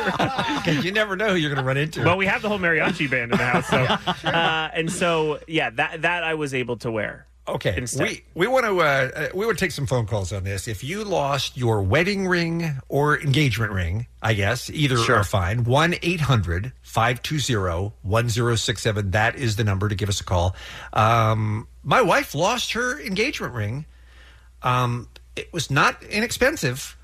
you never know who you're going to run into. Well, we have the whole mariachi band in the house, so uh, and so yeah, that that I was able to wear. Okay, instead. we we want to uh, uh, we would take some phone calls on this. If you lost your wedding ring or engagement ring, I guess either are fine. 1-800-520-1067. That is the number to give us a call. Um, my wife lost her engagement ring. Um, it was not inexpensive.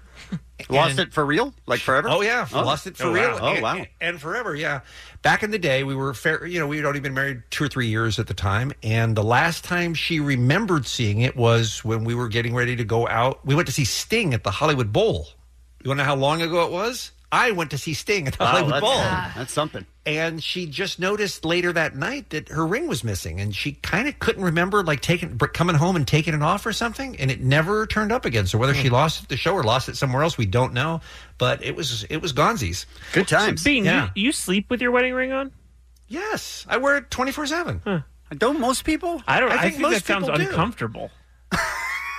Lost And- it for real? Like forever? Oh yeah, Oh. lost it for Oh, wow. real. Oh, And- wow. and forever. Yeah, back in the day, we were fair. You know, we had only been married two or three years at the time, and the last time she remembered seeing it was when we were getting ready to go out. We went to see Sting at the Hollywood Bowl. You want to know how long ago it was? I went to see Sting at the Wow, Hollywood that's- Bowl. That's something. And she just noticed later that night that her ring was missing, and she kind of couldn't remember like taking br- coming home and taking it off or something, and it never turned up again. So whether Hmm. she lost it at the show or lost it somewhere else, we don't know. But it was it was Gonzi's. Good times. Bean, Yeah. you, you sleep with your wedding ring on? Yes, I wear it twenty four seven. Don't most people? I don't. I think, that sounds people do. uncomfortable.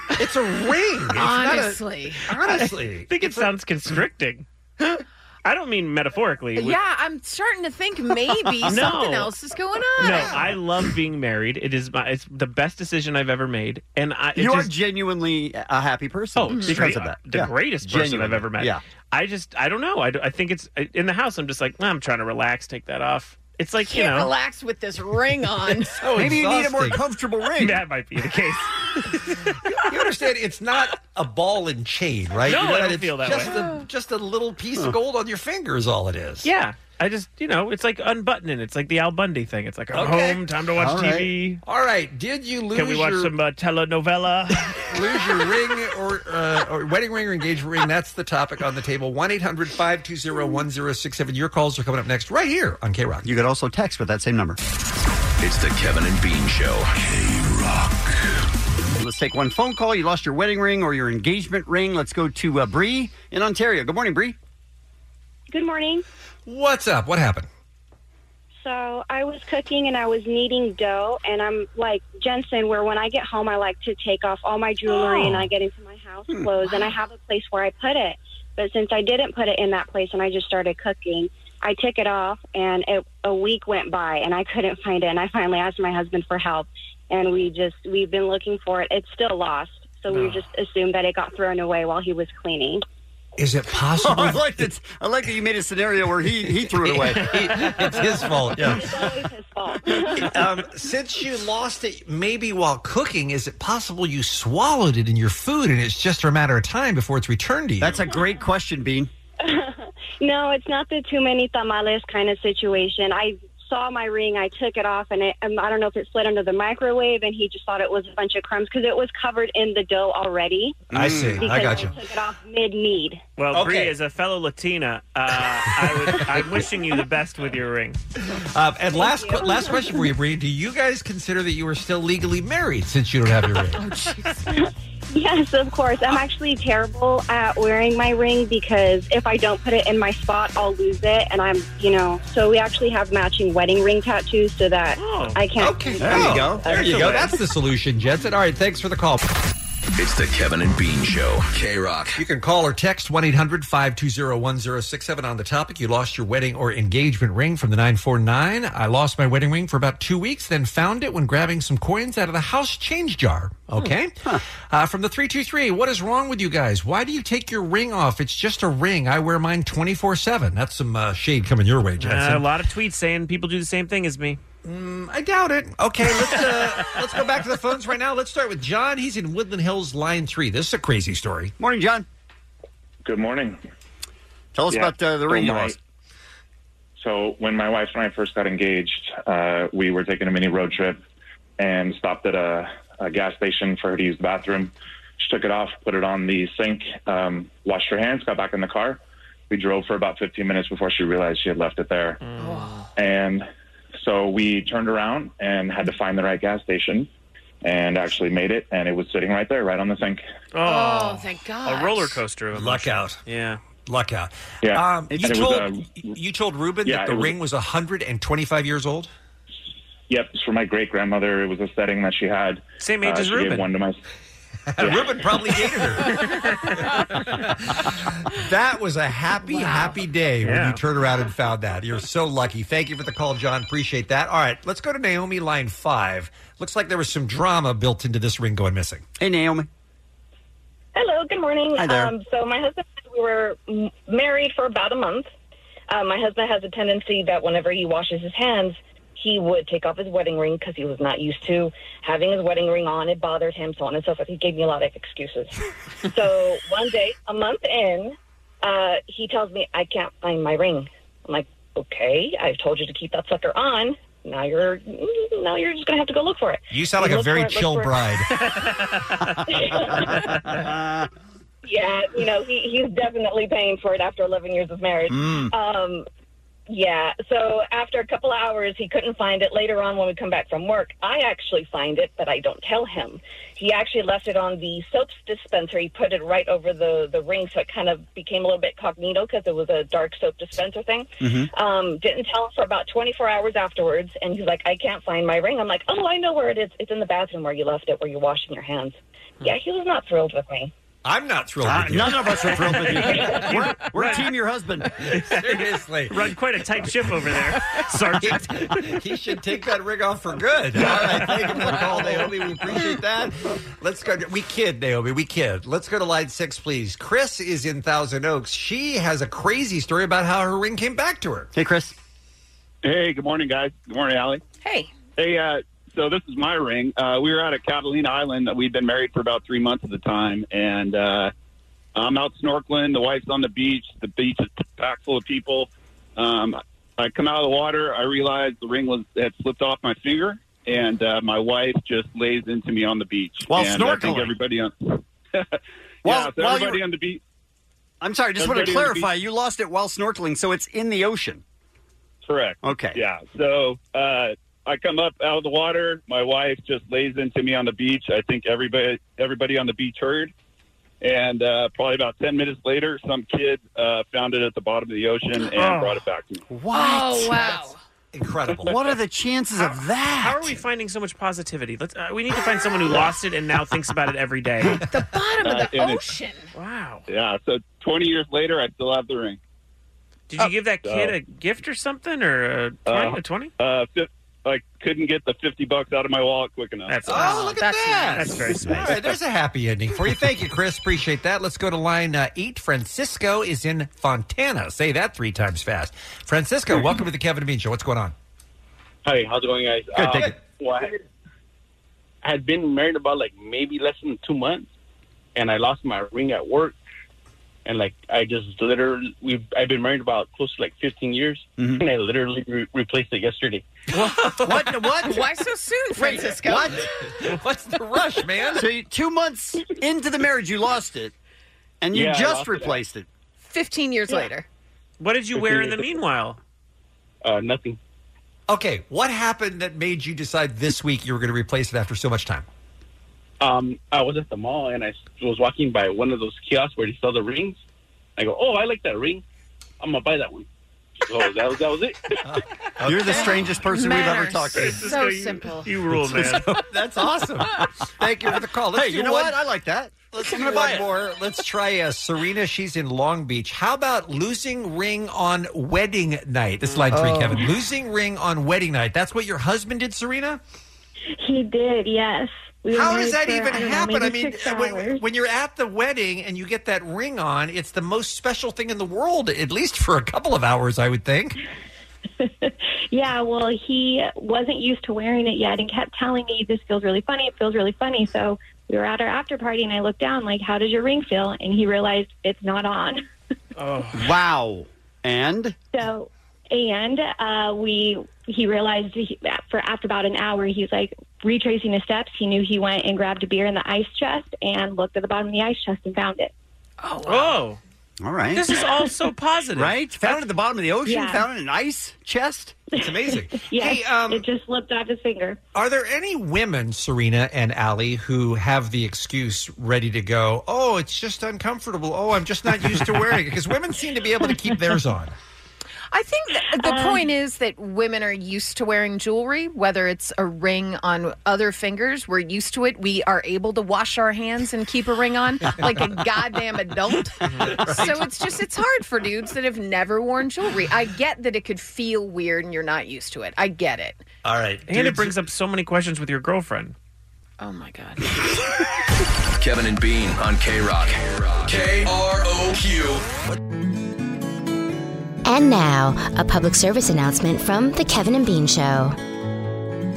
It's a ring. It's not a- Honestly. honestly, I think it sounds constricting. I don't mean metaphorically. with- Yeah, I'm starting to think maybe No. something else is going on. No, I love being married. It is my it's the best decision I've ever made, and I it You are just- genuinely a happy person oh, because straight of up that. the Yeah. greatest person I've Genuinely. ever met. Yeah. I just I don't know. I, d- I think it's in the house. I'm just like "Nah, I'm trying to relax, take that off. It's like Can't you know, relax with this ring on. Maybe you need a more comfortable ring. that might be the case. you understand? It's not a ball and chain, right? No, you know I don't It's feel that just way. A, just a little piece of gold on your finger is all it is. Yeah. I just, you know, it's like unbuttoning. It's like the Al Bundy thing. It's like I'm Okay. home, time to watch All right. TV. All right. Did you lose Can we watch your- some uh, telenovela? lose your ring or, uh, or wedding ring or engagement ring. That's the topic on the table. 1 800 520 1067. Your calls are coming up next, right here on K Rock. You could also text with that same number. It's the Kevin and Bean Show. Let's take one phone call. You lost your wedding ring or your engagement ring. Let's go to uh, Bree in Ontario. Good morning, Bree. Good morning. What's up? What happened? So I was cooking and I was kneading dough, and I'm like Jensen, where when I get home, I like to take off all my jewelry and I get into my house clothes, and I have a place where I put it. But since I didn't put it in that place and I just started cooking, I took it off, and it, a week went by and I couldn't find it. And I finally asked my husband for help, and we just we've been looking for it. It's still lost, so we Oh. just assumed that it got thrown away while he was cleaning. Is it possible? I like that. I like that you made a scenario where he he threw it away. it's his fault. Yeah. um, since you lost it maybe while cooking, is it possible you swallowed it in your food and it's just a matter of time before it's returned to you? That's a great question, Bean. No, it's not the too many tamales kind of situation. I saw my ring, I took it off, and it, um, I don't know if it slid under the microwave, and he just thought it was a bunch of crumbs because it was covered in the dough already. I see. I Because gotcha. took it off mid need. Mm. Well, Bree, Okay. as a fellow Latina, uh, I would, I'm wishing you the best with your ring. Uh, and last qu- last question for you, Bree. Do you guys consider that you are still legally married since you don't have your ring? yes, of course. I'm actually terrible at wearing my ring because if I don't put it in my spot, I'll lose it, and I'm, you know. So we actually have matching wedding ring tattoos so that I can't. Okay, There you go. There you go. Oh, That's the solution, Jensen. All right, thanks for the call. It's the Kevin and Bean Show. K Rock. You can call or text 1 800 520 1067 on the topic. You lost your wedding or engagement ring from the 949. I lost my wedding ring for about two weeks, then found it when grabbing some coins out of the house change jar. Hmm. Okay. Uh, from the 323, what is wrong with you guys? Why do you take your ring off? It's just a ring. I wear mine 24 7. That's some uh, shade coming your way, Jensen. Uh, a lot of tweets saying people do the same thing as me. I doubt it. Okay, let's uh, let's go back to the phones right now. Let's start with John. He's in Woodland Hills, Line Three. This is a crazy story. Morning, John. Good morning. Tell us about uh, the so ring you my- lost. So when my wife and I first got engaged, uh, we were taking a mini road trip and stopped at a, a gas station for her to use the bathroom. She took it off, put it on the sink, um, washed her hands, got back in the car. We drove for about 15 minutes before she realized she had left it there. Oh. And so we turned around and had to find the right gas station and actually made it. And it was sitting right there, right on the sink. Oh, Oh, thank a God. roller coaster of Luck out. Yeah. Luck out. Yeah. Um, And you, it was, told, uh, y- you told Ruben yeah, that the it was- ring was 125 years old? Yep, it's for my great grandmother. It was a setting that she had. Uh, Same age as she Reuben. Gave one to my. Ruben probably dated her. that was a happy, happy day when Yeah. you turned around and found that. You're so lucky. Thank you for the call, John. Appreciate that. All right, let's go to Naomi, line five. Looks like there was some drama built into this ring going missing. Hey, Naomi. Hello, good morning. Hi there. Um, so my husband and I, we were m- married for about a month. Uh, my husband has a tendency that whenever he washes his hands, he would take off his wedding ring because he was not used to having his wedding ring on. It bothered him, so on and so forth. He gave me a lot of excuses. so one day, a month in, uh, he tells me, I can't find my ring. I'm like, okay, I've told you to keep that sucker on. Now you're mm, now you're just gonna have to go look for it. You sound We like a looked for very it, looked chill for it. bride. yeah, you know, he, he's definitely paying for it after 11 years of marriage. Mm. Um, yeah, so after a couple hours, he couldn't find it. Later on, when we come back from work, I actually find it, but I don't tell him. He actually left it on the soaps dispenser. He put it right over the, the ring, so it kind of became a little bit cognito because it was a dark soap dispenser thing. Mm-hmm. Mhm. Um, didn't tell him for about 24 hours afterwards, and he's like, I can't find my ring. I'm like, oh, I know where it is. It's in the bathroom where you left it, where you're washing your hands. Yeah, he was not thrilled with me. I'm not thrilled Uh, with you. none of us are thrilled with you. We're, we're team your husband. Seriously. Run quite a tight ship over there, Sergeant. he should take that rig off for good. All right, thank you for the call, Naomi. We appreciate that. Let's go. To, we kid, Naomi. We kid. Let's go to line six, please. Chris is in Thousand Oaks. She has a crazy story about how her ring came back to her. Hey, Chris. Hey, good morning, guys. Good morning, Allie. Hey. Hey, uh, so this is my ring. Uh, we were out at Catalina Island. We'd been married for about three months at the time, and uh, I'm out snorkeling. The wife's on the beach. The beach is packed full of people. Um, I come out of the water. I realize the ring was had slipped off my finger, and uh, my wife just lays into me on the beach While and I think snorkeling? everybody on While- yeah, so while you everybody were- on the beach. I'm sorry, just want to Everybody on the clarify. beach- You lost it while snorkeling, so it's in the ocean. Correct. Okay. Yeah. So uh, I come up out of the water. My wife just lays into me on the beach. I think everybody everybody on the beach heard. And uh, probably about ten minutes later, some kid uh, found it at the bottom of the ocean and Oh. brought it back to me. What? Oh, wow. Incredible. What are the chances of that? How are we finding so much positivity? Let's. Uh, we need to find someone who lost it and now thinks about it every day. The bottom of the Uh, and it's- Wow. Yeah. So twenty years later, I still have the ring. Did you give that kid So- a gift or something or a twenty? Uh, a twenty? Uh, fif- I couldn't get the fifty bucks out of my wallet quick enough. That's Oh, look at that. That's very sweet. All right, there's a happy ending for you. Thank you, Chris. Appreciate that. Let's go to line uh, eight. Francisco is in Fontana. Say that three times fast. Francisco, welcome to the Kevin and Bean Show. What's going on? Hey, how's it going, guys? Uh, Good, thank you. Well, I I had been married about like maybe less than two months, and I lost my ring at work, and like I just literally we I've been married about close to like fifteen years, and I literally re- replaced it yesterday. Mm-hmm. What? What? Why so soon, Wait, Francisco? what? What's the rush, man? So you, two months into the marriage, you lost it, and you Yeah, I just lost it. replaced it. 15 years later. What did you wear in the meanwhile? Uh, nothing. Okay, what happened that made you decide this week you were going to replace it after so much time? Um, I was at the mall and I was walking by one of those kiosks where they sell the rings. I go, oh, I like that ring. I'm gonna buy that one. So that was that was it. You're the strangest person we've ever Manners. talked to. Francisco, So you- simple. you rule, man. that's awesome. Thank you for the call. Let's hey, do you know one- what? I like that. Let's I'm do going to one buy it. more. Let's try uh, Serena. She's in Long Beach. How about losing ring on wedding night? This is line three, Oh. Kevin. Losing ring on wedding night. That's what your husband did, Serena? He did. Yes. We were How does that married for, even I don't know, happen? maybe I mean, six when, hours. when you're at the wedding and you get that ring on, it's the most special thing in the world, at least for a couple of hours, I would think. Yeah, well, he wasn't used to wearing it yet and kept telling me, This feels really funny. It feels really funny. So we were at our after party and I looked down, like, How does your ring feel? Oh. And he realized it's not on. Wow. And So and uh, we he realized he, for after about an hour he was like retracing his steps he knew he went and grabbed a beer in the ice chest and looked at the bottom of the ice chest and found it Oh, wow. All right. This is all so positive. Right? Found at the bottom of the ocean, Yeah. found in an ice chest. It's amazing. yes, Hey, um, it just slipped off his finger Are there any women, Serena and Allie, who have the excuse ready to go? Oh, it's just uncomfortable. Oh, I'm just not used to wearing it because women seem to be able to keep theirs on. I think th- the point is that women are used to wearing jewelry, whether it's a ring on other fingers. We're used to it. We are able to wash our hands and keep a ring on like a goddamn adult. So it's just, it's hard for dudes that have never worn jewelry. I get that it could feel weird and you're not used to it. I get it. All right. And it brings up so many questions with your girlfriend. Oh my God. Kevin and Bean on K Rock. K R O Q. And now, a public service announcement from The Kevin and Bean Show.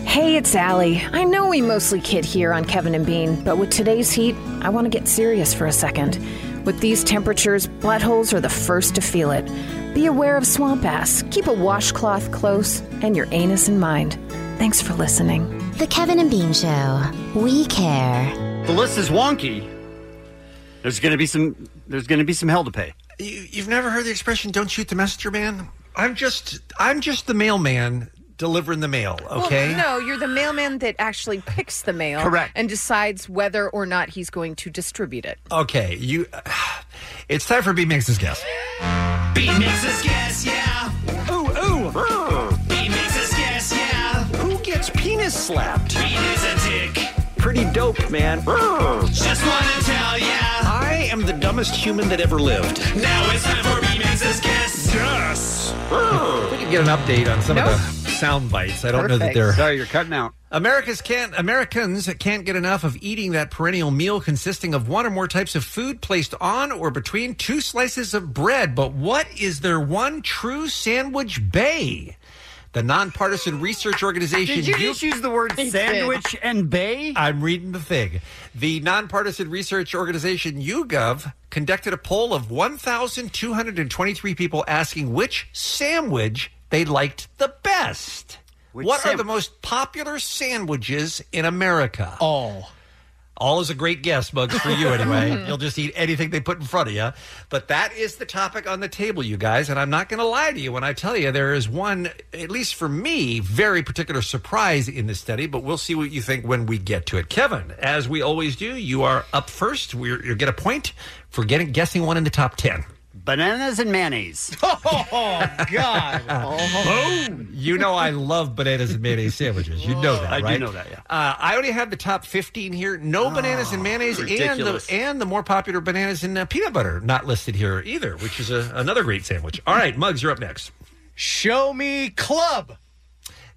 Hey, it's Allie. I know we mostly kid here on Kevin and Bean, but with today's heat, I want to get serious for a second. With these temperatures, buttholes are the first to feel it. Be aware of swamp ass, keep a washcloth close, and your anus in mind. Thanks for listening. The Kevin and Bean Show. We care. The list is wonky. There's going to be some. There's going to be some hell to pay. You, you've never heard the expression "Don't shoot the messenger man." I'm just, I'm just the mailman delivering the mail. Okay. Well, no, you're the mailman that actually picks the mail Correct. and decides whether or not he's going to distribute it. Okay. You. It's time for B Mix's guess. B makes us guess, yeah. Ooh, ooh. B makes us guess, yeah. Who gets penis slapped? Bean is a dick. Pretty dope, man. Just wanna tell ya. I am the dumbest human that ever lived. Now it's time for B makes us guess. Yes. We can get an update on some Nope. of the sound bites. I don't know that Perfect. they're. Sorry, you're cutting out. Americans can't Americans can't get enough of eating that perennial meal consisting of one or more types of food placed on or between two slices of bread. But what is their one true sandwich bay? The nonpartisan research organization. Did you just use the word It's sandwich and bay? I'm reading the thing. The nonpartisan research organization YouGov conducted a poll of 1,223 people asking which sandwich they liked the best. what are the most popular sandwiches in America? All. All is a great guess, Bugs, for you anyway. You'll just eat anything they put in front of you. But that is the topic on the table, you guys. And I'm not going to lie to you when I tell you there is one, at least for me, very particular surprise in this study. But we'll see what you think when we get to it. Kevin, as we always do, you are up first. We're, you get a point for getting guessing one in the top 10. Bananas and mayonnaise. Oh God! Oh. You know I love bananas and mayonnaise sandwiches. You know that, I do right? know that, yeah. Ah, Uh, I only have the top 15 here. No bananas and mayonnaise, and the, ridiculous. and the more popular bananas and uh, peanut butter not listed here either, which is a, another great sandwich. All right, Muggs, you're up next. Show me club.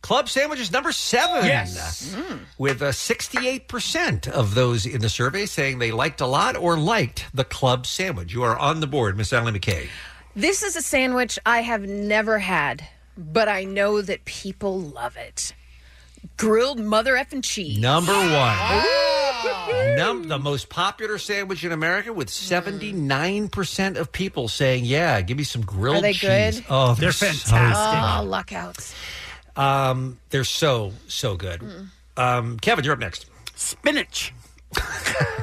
Club sandwich is number seven. Yes. With uh, 68% of those in the survey saying they liked a lot or liked the club sandwich. You are on the board, Miss Allie McKay. This is a sandwich I have never had, but I know that people love it. Grilled mother effing cheese. Number one. Num- the most popular sandwich in America with 79% of people saying, yeah, give me some grilled Are they cheese. good? Oh, They're so Oh, luckouts. good. um, they're so, so good. Um, Kevin, you're up next. Spinach.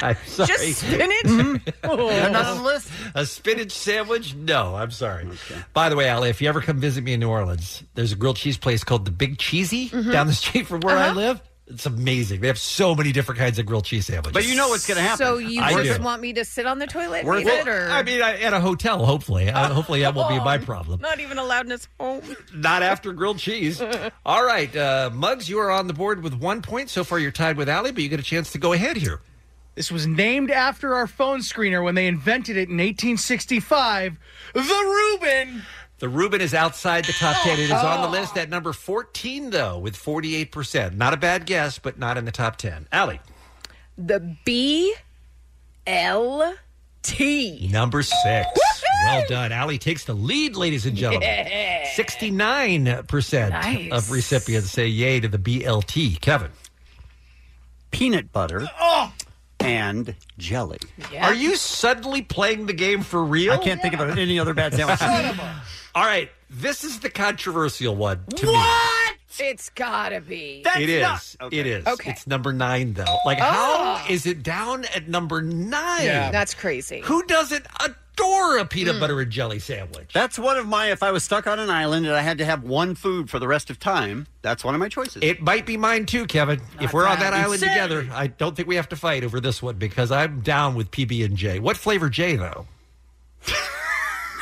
I'm sorry. Just spinach? Oh. They're not on the list? A spinach sandwich? No, I'm sorry. By the way, Ali, if you ever come visit me in New Orleans, there's a grilled cheese place called the Big Cheesy Mhm. down the street from where I Uh-huh. live. It's amazing. They have so many different kinds of grilled cheese sandwiches. But you know what's gonna happen. So you I just do. want me to sit on the toilet and We're- eat well, it, or I mean, I, at a hotel, hopefully. Uh, hopefully, that won't be my problem. not even allowed in his home? Not after grilled cheese. All right, uh, Muggs, you are on the board with one point. So far, you're tied with Allie, but you get a chance to go ahead here. This was named after our phone screener when they invented it in 1865. The Reuben. The Reuben is outside the top 10. It is on Oh. the list at number 14, though, with 48%. Not a bad guess, but not in the top 10. Allie, The B L T. number six. Well done. Allie takes the lead, ladies and gentlemen. Yeah. 69% of recipients say yay to the BLT. Kevin. Peanut butter Oh. and jelly. Are you suddenly playing the game for real? I can't think of any other bad sandwiches. All right, this is the controversial one to me. What? It's gotta be. it is. It is. Okay. It's number nine, though. Like, Oh. how is it down at number nine? That's crazy. Who doesn't adore a peanut Hmm. butter and jelly sandwich? That's one of my. If I was stuck on an island and I had to have one food for the rest of time, that's one of my choices. It might be mine too, Kevin. if we're on that island together, I don't think we have to fight over this one because I'm down with PB and J. What flavor J though?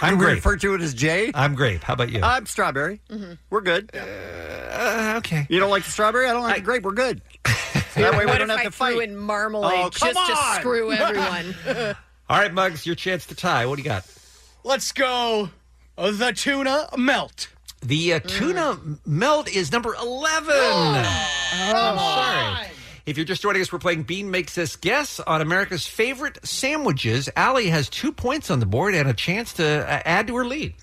I'm we grape. refer to it as J. I'm grape. How about you? I'm strawberry. Mm-hmm. We're good. Uh, okay. You don't like the strawberry? I don't like the grape. We're good. So that way we what don't if have I to fight. threw in marmalade Oh, come just on! to screw everyone? All right, Muggs, your chance to tie. What do you got? Let's go. uh, The tuna melt. The Hmm. uh, tuna melt is number 11. I'm sorry. If you're just joining us, we're playing Bean Makes Us Guess on America's favorite sandwiches. Allie has two points on the board and a chance to uh, add to her lead.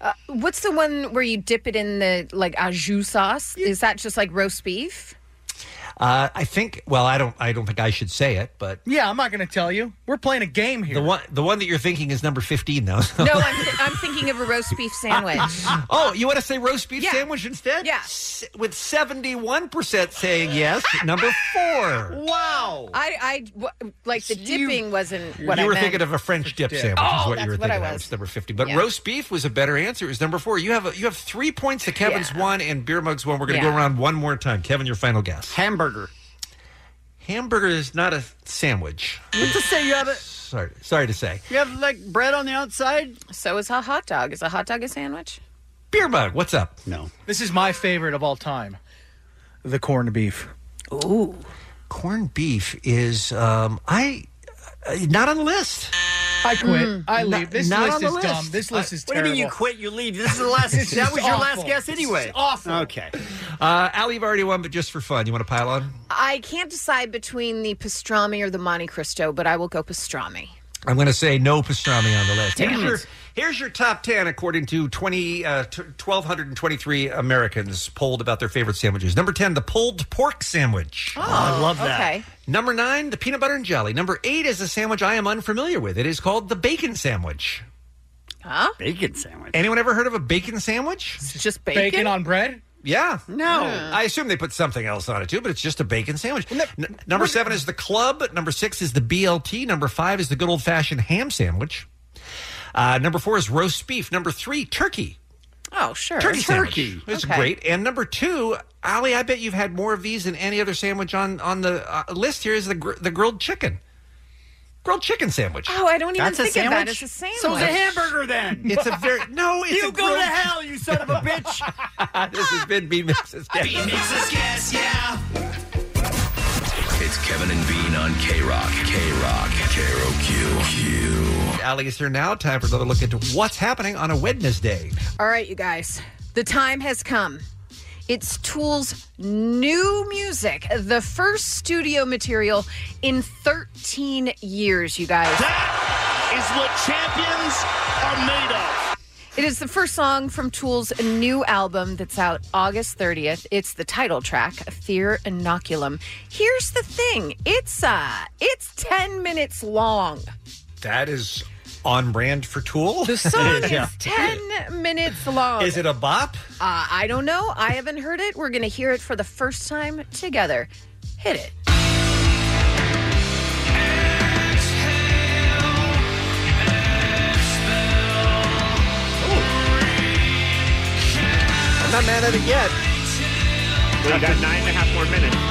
Uh, what's the one where you dip it in the like au jus sauce? Is that just like roast beef? Uh, I think. Well, I don't. I don't think I should say it, but Yeah, I'm not going to tell you. We're playing a game here. the one the one that you're thinking is number 15, though. No, I'm, th- I'm thinking of a roast beef sandwich. oh, you want to say roast beef Yeah. sandwich instead? Yeah. with 71 percent saying yes. number four. Wow. I, I w- like the dipping wasn't what you I were meant. thinking of a French dip dip. sandwich, is Oh, what you that's were what I thinking. of. was. It's number fifty, but Yeah. roast beef was a better answer. It was number four. You have a, you have three points to Kevin's one and beer mugs one. We're going to Yeah. go around one more time. Kevin, your final guess. Hamburger. Hamburger is not a sandwich. Let's just say you have it. Sorry, sorry to say. You have like bread on the outside. So is a hot dog. Is a hot dog a sandwich? Beer mug, what's up? No. This is my favorite of all time. The corned beef. Ooh. Corned beef is um I uh, not on the list. I quit. Mm. I Not- leave. this not list on the is list. dumb. This list I- is what do terrible. you mean you quit? You leave. This is the last. This that is was your last awful. guess anyway. This is awful. Okay. Uh Ali, you've already won, but just for fun, you want to pile on? I can't decide between the pastrami or the Monte Cristo, but I will go pastrami. I'm going to say no pastrami on the list. Damn here's, it. your, here's your top 10 according to 20, uh, t- 1,223 Americans polled about their favorite sandwiches. Number 10, the pulled pork sandwich. Oh, I love that. okay. Number 9, the peanut butter and jelly. Number 8 is a sandwich I am unfamiliar with. It is called the bacon sandwich. Huh? Bacon sandwich. Anyone ever heard of a bacon sandwich? It's just bacon? Bacon on bread? Yeah. No. Hmm. I assume they put something else on it too, but it's just a bacon sandwich. N- number seven is the club. Number six is the BLT. Number five is the good old fashioned ham sandwich. Uh, number four is roast beef. Number three, turkey. Oh, sure. Turkey. Turkey. It's great. And number two, Ali, I bet you've had more of these than any other sandwich on on the uh, list. Here is the gr- the grilled chicken, grilled chicken sandwich. Oh, I don't even think of that as a sandwich. So it's a hamburger then. It's a very no. It's you a go grilled- to hell, you son of a bitch. this has been Bean Mixes. Bean Mixes Guess, yeah. It's Kevin and Bean on K Rock. K Rock. K R O Q. Ali is here now. Time for another look into what's happening on a Wednesday. All right, you guys, the time has come. It's Tool's new music, the first studio material in 13 years, you guys. Is what champions are made of. It is the first song from Tool's new album that's out August 30th. It's the title track, Fear Inoculum. Here's the thing, it's uh it's 10 minutes long. That is on brand for Tool. The song is 10 minutes long. Is it a bop? Uh, I don't know. I haven't heard it. We're going to hear it for the first time together. Hit it. I'm not mad at it yet. Well, you got nine and a half more minutes.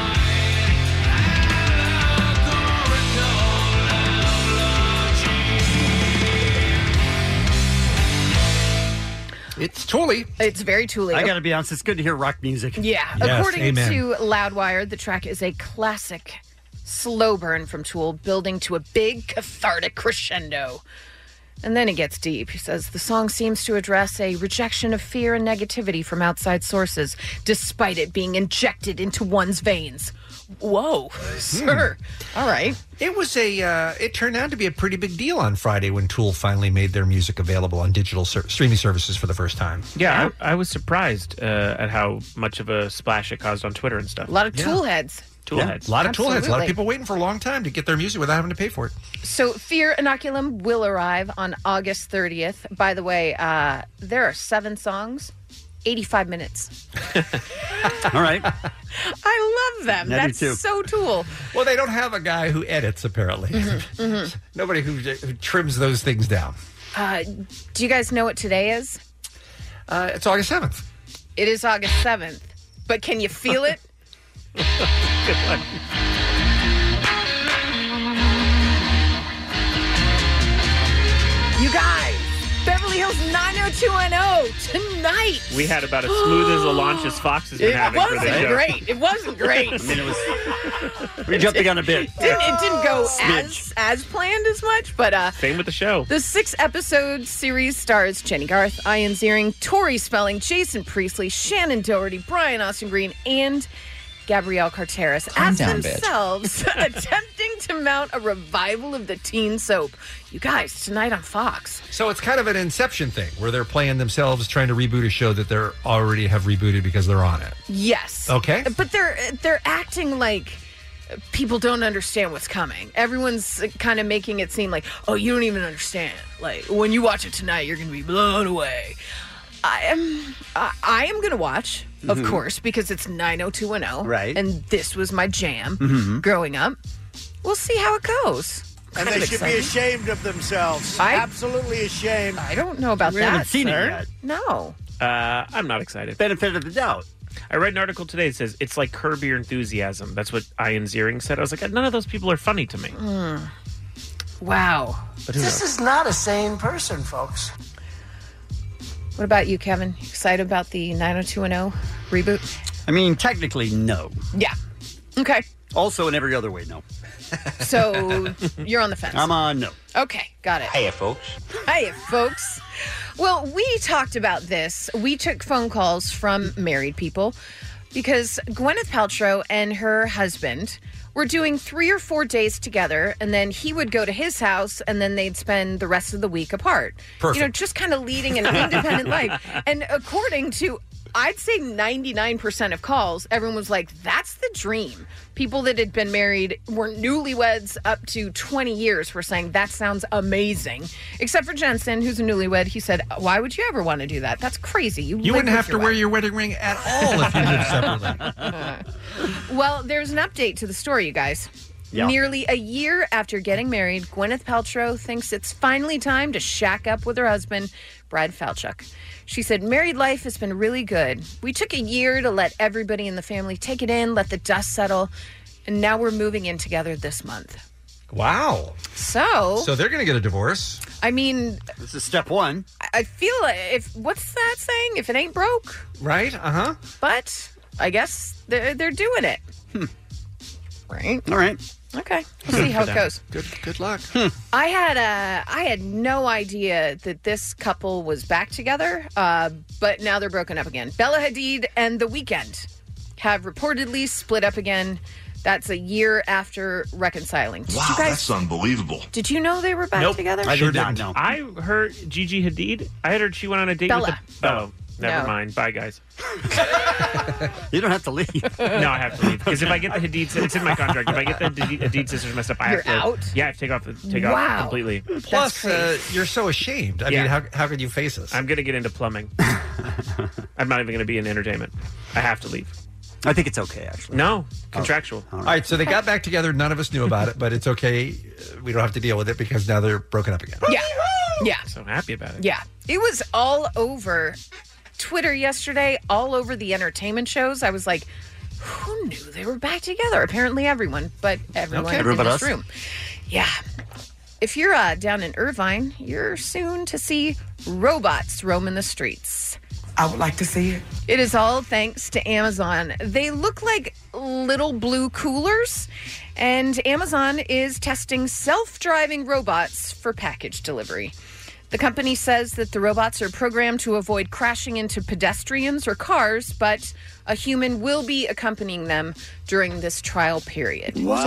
It's Tuli. It's very Tuli. I got to be honest. It's good to hear rock music. Yeah. According to Loudwire, the track is a classic slow burn from Tool, building to a big cathartic crescendo. And then it gets deep. He says the song seems to address a rejection of fear and negativity from outside sources, despite it being injected into one's veins. Whoa, sir. All right. It was a. Uh, it turned out to be a pretty big deal on Friday when Tool finally made their music available on digital ser- streaming services for the first time. Yeah, I, I was surprised uh, at how much of a splash it caused on Twitter and stuff. A lot of tool heads. tool heads. A lot of tool heads. A lot of people waiting for a long time to get their music without having to pay for it. So, Fear Inoculum will arrive on August 30th. By the way, uh, there are seven songs, 85 minutes. All right. I love them. I do That's too. so cool. Well, they don't have a guy who edits, apparently. Mm-hmm. Mhm. Nobody who, who trims those things down. Uh, do you guys know what today is? Uh, it's August 7th. It is August 7th, but can you feel it? You guys, Beverly Hills 90210 tonight. We had about as smooth as a launch as Fox has been It having for this wasn't show. great. It wasn't great. I mean, it was. We're jumping on a bit. It didn't, it didn't go as Smidge. as planned as much, but uh, Same with the show. the six episode series stars Jenny Garth, Ian Ziering, Tori Spelling, Jason Priestley, Shannon Doherty, Brian Austin Green, and Gabrielle Carteris Calm as down, bitch. themselves attempting to mount a revival of the teen soap. You guys, tonight on Fox. So it's kind of an inception thing where they're playing themselves, trying to reboot a show that they're already have rebooted because they're on it. Yes. Okay. But they're they're acting like people don't understand what's coming. Everyone's kind of making it seem like, "Oh, you don't even understand. Like when you watch it tonight, you're going to be blown away." I am I, I am going to watch, of Mhm. course, because it's 90210. Right. And this was my jam Mhm. growing up. We'll see how it goes. Kind And they of should exciting. be ashamed of themselves. I- Absolutely ashamed. I don't know about We haven't that, seen it sir. yet. No. Uh, I'm not excited. Benefit of the doubt. I read an article today that says it's like Curb Your Enthusiasm. That's what Ian Ziering said. I was like, none of those people are funny to me. Mm. Wow. But who This knows? is not a sane person, folks. What about you, Kevin? You Excited about the 90210 reboot? I mean, technically, no. Yeah. Okay. Also, in every other way, no. So you're on the fence. I'm on no. Okay, got it. Hiya, folks. Hiya, folks. Well, we talked about this. We took phone calls from married people because Gwyneth Paltrow and her husband were doing three or four days together, and then he would go to his house, and then they'd spend the rest of the week apart. You know, Perfect. just kind of leading an independent life. And according to I'd say 99% of calls, everyone was like, that's the dream. People that had been married were newlyweds up to 20 years were saying, that sounds amazing. Except for Jensen, who's a newlywed. He said, why would you ever want to do that? That's crazy. You, You live wouldn't with have to your wear your wedding ring at all if you lived separately. Well, there's an update to the story, you guys. Yeah. Nearly a year after getting married, Gwyneth Paltrow thinks it's finally time to shack up with her husband, Brad Falchuk. She said, Married life has been really good. We took a year to let everybody in the family take it in, let the dust settle, and now we're moving in together this month. Wow. So, So they're going to get a divorce. I mean, This is step one. I- I feel like if what's that saying? If it ain't broke, Right? Uh huh. but I guess they're, they're doing it. Right. All right. Okay. We'll see how it goes. Hmm. Good. Good luck. I had uh, I had no idea that this couple was back together, uh, but now they're broken up again. Bella Hadid and The Weeknd have reportedly split up again. That's a year after reconciling. Did you guys? unbelievable. Did you know they were back together? I heard Gigi Hadid. I heard she went on a date Bella. with the. Oh, never No. mind. Bye, guys. you don't have to leave. no, I have to leave because if I get the Hadid, si- it's in my contract. If I get the Hadid, Hadid sisters messed up, I You're have to. out? Yeah, I have to take off. the- Take Wow. off completely. Plus, uh, you're so ashamed. I mean, how, how could you face this? I'm going to get into plumbing. I'm not even going to be in entertainment. I have to leave. I think it's okay, actually. No, contractual. All right, so they got back together. None of us knew about it, but it's okay. Uh, We don't have to deal with it because now they're broken up again. Yeah. Yeah. So happy about it. Yeah. It was all over Twitter yesterday, all over the entertainment shows. I was like, who knew they were back together? Apparently everyone, but everyone Okay. in Everyone but this us? room. Yeah. If you're uh, down in Irvine, you're soon to see robots roaming the streets. I would like to see it. It is all thanks to Amazon. They look like little blue coolers, and Amazon is testing self driving robots for package delivery. The company says that the robots are programmed to avoid crashing into pedestrians or cars, but a human will be accompanying them during this trial period. What?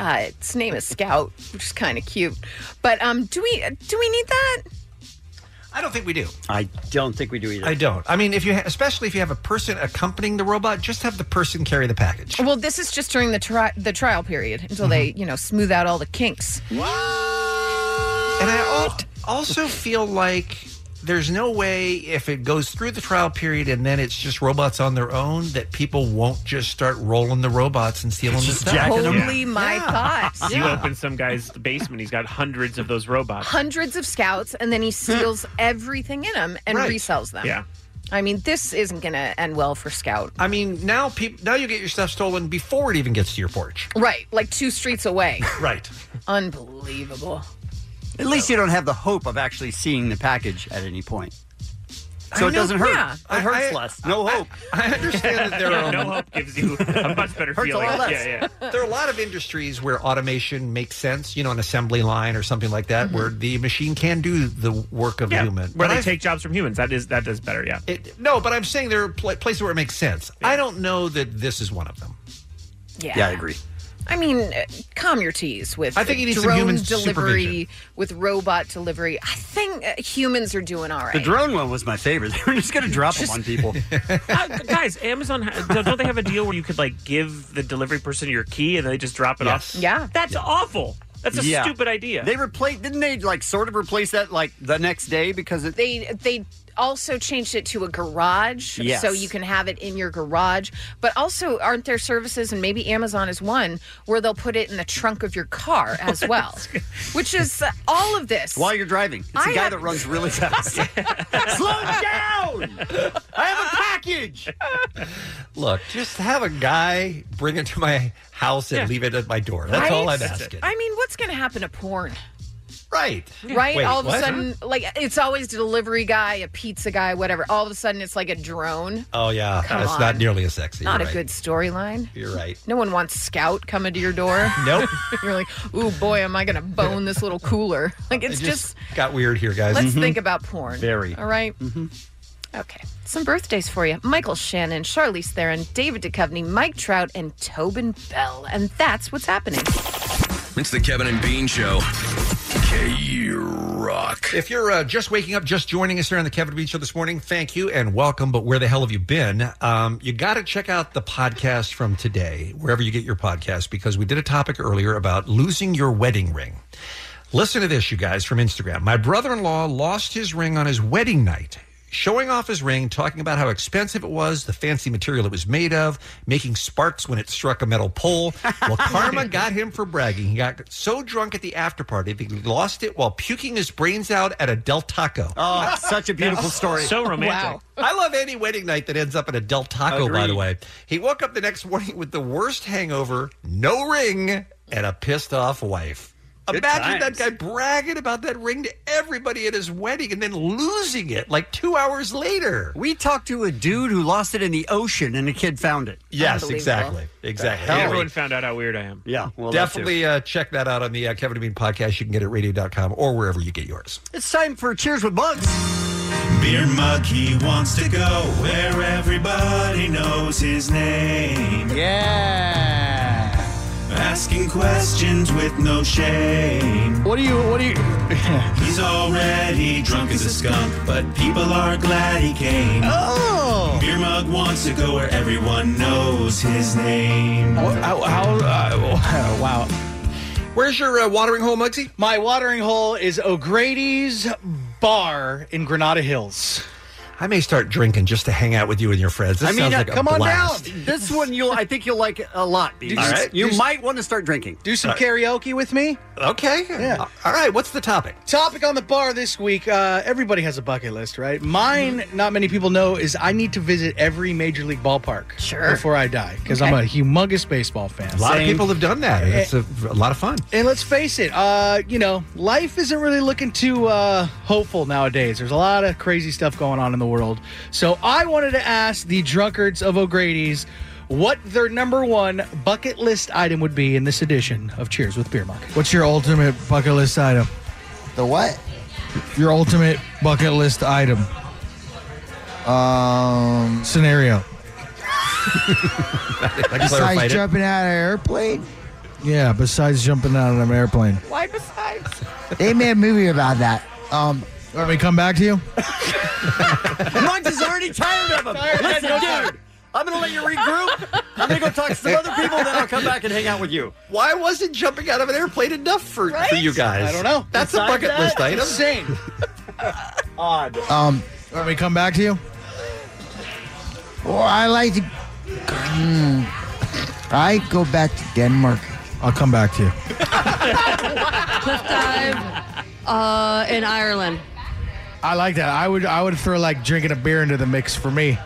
Uh, its name is Scout, which is kind of cute. But um, do we do we need that? I don't think we do. I don't think we do either. I don't. I mean, if you, ha- especially if you have a person accompanying the robot, just have the person carry the package. Well, this is just during the tri- the trial period until they, Mm-hmm. you know, smooth out all the kinks. And I al- also feel like there's no way if it goes through the trial period and then it's just robots on their own that people won't just start rolling the robots and stealing the stuff. Holy my thoughts. You open some guy's basement, he's got hundreds of those robots. Hundreds of scouts, and then he steals everything in them and Hmm. Right. resells them. Yeah. I mean, this isn't going to end well for Scout. I mean, now people now you get your stuff stolen before it even gets to your porch. Right, like two streets away. Right. Unbelievable. At least you don't have the hope of actually seeing the package at any point. So I it know- doesn't hurt. yeah. It hurts less. No hope. I understand that there are no hope gives you a much better Hurts a feeling. lot less. Yeah, yeah. There are a lot of industries where automation makes sense, you know, an assembly line or something like that, where the machine can do the work of a Mm-hmm. Yeah, human. where But they I- take jobs from humans. That is that does better. Yeah. It, no, but I'm saying there are pla places where it makes sense. I don't know that this is one of them. Yeah. agree. I mean, uh, calm your teas with I think you need some drone human delivery, with robot delivery. I think uh, humans are doing all right. The drone one was my favorite. They were just going to drop them on people. Uh, guys, Amazon ha- don't- don't they have a deal where you could like give the delivery person your key and they just drop it off? Yeah. That's awful. That's a Yeah. stupid idea. They replaced, didn't they like sort of replace that like the next day because it. they they also changed it to a garage Yes. so you can have it in your garage but also aren't there services and maybe amazon is one where they'll put it in the trunk of your car as well which is uh, all of this While you're driving, it's a I guy have- that runs really fast. Slow down! I have a package. Look, just have a guy bring it to my house and Yeah. leave it at my door. That's Right? all I'm asking. i mean what's going to happen to porn Right. Right? Wait, all of what? a sudden, like, it's always a delivery guy, a pizza guy, whatever. All of a sudden, it's like a drone. Oh yeah, Come that's on. not nearly as sexy. Not a You're right. good storyline. You're right. No one wants Scout coming to your door. Nope. You're like, ooh, boy, am I going to bone this little cooler. Like, it's It just, got weird here, guys. Mm-hmm. Mm-hmm. let's think about porn. Very. Mm-hmm. All right? Mm. Okay. Some birthdays for you Michael Shannon, Charlize Theron, David Duchovny, Mike Trout, and Tobin Bell. And that's what's happening. It's the Kevin and Bean Show. K Rock. If you're uh, just waking up, just joining us here on the Kevin Beach Show this morning, thank you and welcome. But where the hell have you been? Um, you got to check out the podcast from today, wherever you get your podcast, because we did a topic earlier about losing your wedding ring. Listen to this, you guys, from Instagram. My brother in law lost his ring on his wedding night, showing off his ring, talking about how expensive it was, the fancy material it was made of, making sparks when it struck a metal pole. Well, karma got him for bragging. He got so drunk at the after party that he lost it while puking his brains out at a Del Taco. Oh, it's such a beautiful story. I love any wedding night that ends up at a Del Taco, by the Agreed. way. He woke up the next morning with the worst hangover, no ring, and a pissed off wife. Good Imagine times. that guy bragging about that ring to everybody at his wedding and then losing it like two hours later. We talked to a dude who lost it in the ocean and a kid found it. Yes, exactly. Exactly. Everyone found out how weird I am. Yeah, well, that too. Definitely uh, check that out on the uh, Kevin and Bean podcast. You can get it at radio.com or wherever you get yours. It's time for Cheers with Bugs. Beer Monkey wants to go where everybody knows his name. Yeah. Asking questions with no shame. What do you? What do you? He's already drunk as a skunk, but people are glad he came. Oh. Beer Mug wants to go where everyone knows his name. uh, wow. Where's your uh, watering hole, Mugsy? My watering hole is O'Grady's Bar in Granada Hills. I may start drinking just to hang out with you and your friends. This I mean, sounds uh, like a come on blast. down. This one you'll, I think you'll like a lot. Beans. All right. You Do- might want to start drinking. Do some All right. karaoke with me? Okay. Yeah. All right. What's the topic? Topic on the bar this week. Uh, everybody has a bucket list, right? Mine, Mm-hmm. not many people know, is I need to visit every major league ballpark Sure. before I die because I'm Okay. a humongous baseball fan. A lot Same. Eh, of people have done that. and It's a, a lot of fun. And let's face it, uh, you know, life isn't really looking too uh, hopeful nowadays. There's a lot of crazy stuff going on in the world. So I wanted to ask the drunkards of O'Grady's what their number one bucket list item would be in this edition of Cheers with Beer Monk. What's your ultimate bucket list item? The what? Your ultimate bucket list item. Um, scenario. besides clarified it. jumping out of an airplane? Yeah, besides jumping out of an airplane. Why besides? They made a movie about that. Um, You want me to come back to you? Munch is already tired of him. Listen, dude, I'm going to let you regroup. I'm going to go talk to some other people, then I'll come back and hang out with you. Why wasn't jumping out of an airplane enough for, for you guys? I don't know. That's a Besides bucket that, list item. insane. Odd. Um, you want me to come back to you? Or I like to. Hmm. I go back to Denmark. I'll come back to you. Cliff dive uh, in Ireland. I like that. I would I would throw like drinking a beer into the mix for me.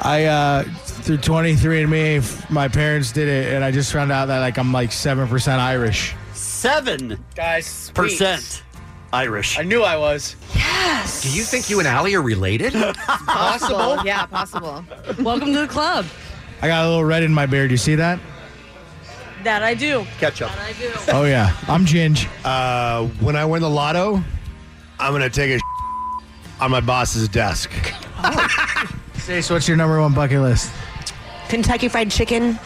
I uh through 23 and me my parents did it and I just found out that like I'm like 7% Irish. Seven guys percent Irish. I knew I was. Do you think you and Allie are related? Possible. yeah, possible. Welcome to the club. I got a little red in my beard. You see that? That I do. Ketchup. That I do. Oh yeah. I'm Ginge. Uh, when I win the lotto, I'm gonna take a on my boss's desk. Stace, what's your number one bucket list? Kentucky Fried Chicken.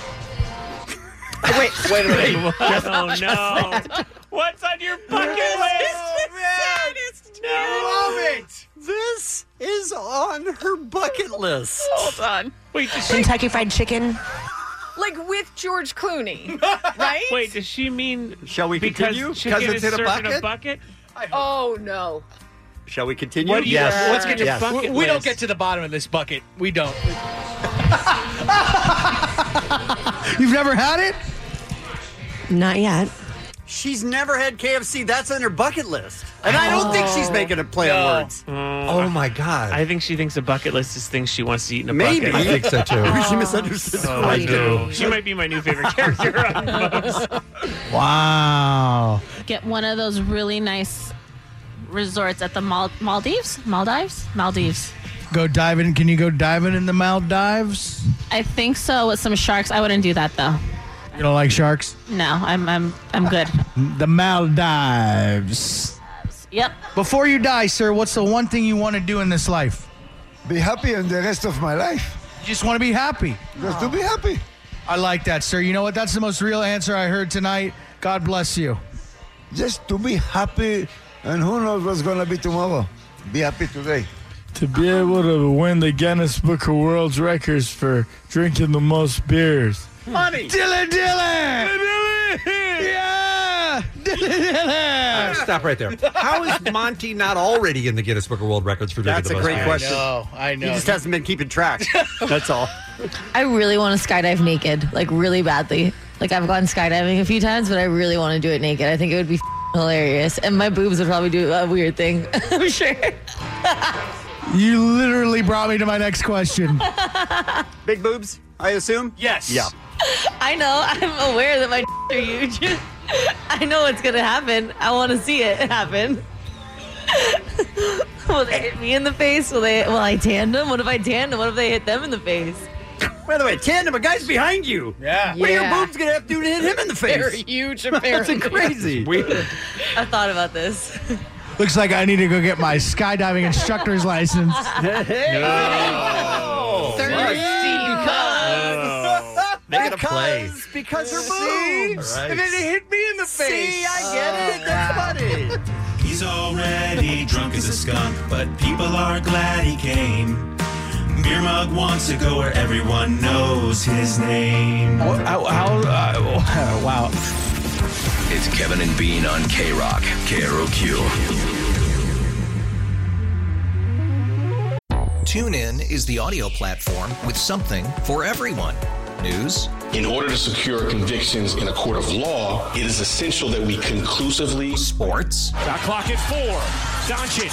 Wait, wait a minute. oh no! What's on your bucket list? Oh, I love it. This is on her bucket list. Hold on. Wait, Kentucky Fried Chicken. Like with George Clooney, right? Wait, does she mean Shall we because continue? chicken is served in a bucket? Oh no! Shall we continue? What do you- Yes. Let's get to Yes. bucket We- we don't list. get to the bottom of this bucket. We don't. You've never had it? Not yet. She's never had KFC. That's on her bucket list. And I don't think Oh. she's making a play on words. Mm. oh my god! I think she thinks a bucket list is things she wants to eat in a Maybe. bucket. I think so, too. Maybe she misunderstood the Oh, I question. do. She might be my new favorite character. on Bubs. Wow. Get one of those really nice resorts at the Mal- Maldives? Maldives? Maldives. Go diving. Can you go diving in the Maldives? I think so with some sharks. I wouldn't do that though. You don't like sharks? No, I'm I'm I'm good. The Maldives. Yep. Before you die, sir, what's the one thing you want to do in this life? Be happy in the rest of my life. You just want to be happy. Just to be happy. I like that, sir. You know what? That's the most real answer I heard tonight. God bless you. Just to be happy, and who knows what's gonna be tomorrow. Be happy today. To be able to win the Guinness Book of World Records for drinking the most beers. Money. Dilly dilly. Yeah. Uh, Stop right there. How is Monty not already in the Guinness Book of World Records for drinking That's the a most great beers? question. I know. He just hasn't been keeping track. That's all. I really want to skydive naked, like really badly. Like I've gone skydiving a few times, but I really want to do it naked. I think it would be hilarious, and my boobs would probably do a weird thing. I'm sure. You literally brought me to my next question. Big boobs, I assume? Yes. Yeah. I know. I'm aware that my are huge. I know what's gonna happen. I want to see it happen. will they hit me in the face? Will they? Will I tandem? What if I tandem? What if they hit them in the face? By the way, tandem, a guy's behind you. Yeah. What are your Yeah. boobs going to have to do to hit him in the face? They're huge, That's apparently. crazy. I thought about this. Looks like I need to go get my skydiving instructor's license. Oh. Make it a play. Oh. Because her boobs. All right. And then they hit me in the face. Ah. See, I get it. That's funny. He's already drunk as a skunk, but people are glad he came. Beer Mug wants to go where everyone knows his name. uh, wow. It's Kevin and Bean on K Rock, KROQ. TuneIn is the audio platform with something for everyone. News, In order to secure convictions in a court of law, it is essential that we conclusively. Sports. The clock at four. Doncic.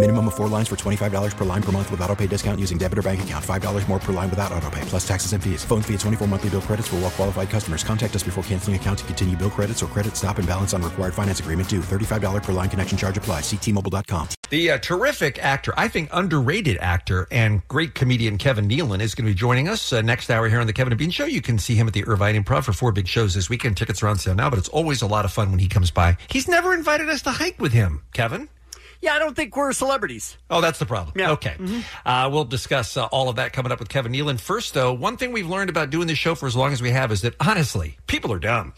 Minimum of four lines for $25 per line per month with auto pay discount using debit or bank account. $5 more per line without auto pay, plus taxes and fees. Phone fee at 24 monthly bill credits for all well qualified customers. Contact us before canceling account to continue bill credits or credit stop and balance on required finance agreement due. $35 per line connection charge apply. Ctmobile.com. The uh, terrific actor, I think underrated actor, and great comedian Kevin Nealon is going to be joining us uh, next hour here on the Kevin and Bean Show. You can see him at the Irvine Improv for four big shows this weekend. Tickets are on sale now, but it's always a lot of fun when he comes by. He's never invited us to hike with him, Kevin. Yeah, I don't think we're celebrities. Oh, that's the problem. Okay. Uh, we'll discuss uh, all of that coming up with Kevin Nealon. First, though, one thing we've learned about doing this show for as long as we have is that, honestly, people are dumb.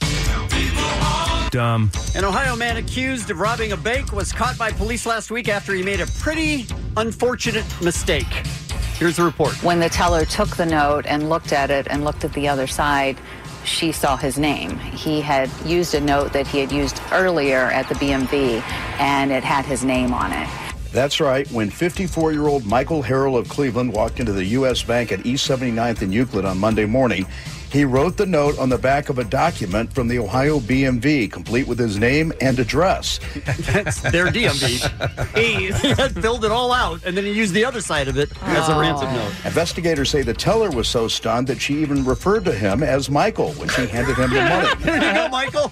Dumb. An Ohio man accused of robbing a bank was caught by police last week after he made a pretty unfortunate mistake. Here's the report. When the teller took the note and looked at it and looked at the other side, she saw his name. He had used a note that he had used earlier at the BMV, and it had his name on it. That's right. When 54 year old Michael Harrell of Cleveland walked into the U.S. Bank at East 79th and Euclid on Monday morning, he wrote the note on the back of a document from the Ohio BMV, complete with his name and address. That's their DMV. he filled it all out, and then he used the other side of it as a ransom note. Investigators say the teller was so stunned that she even referred to him as Michael when she handed him the money. there you go, Michael.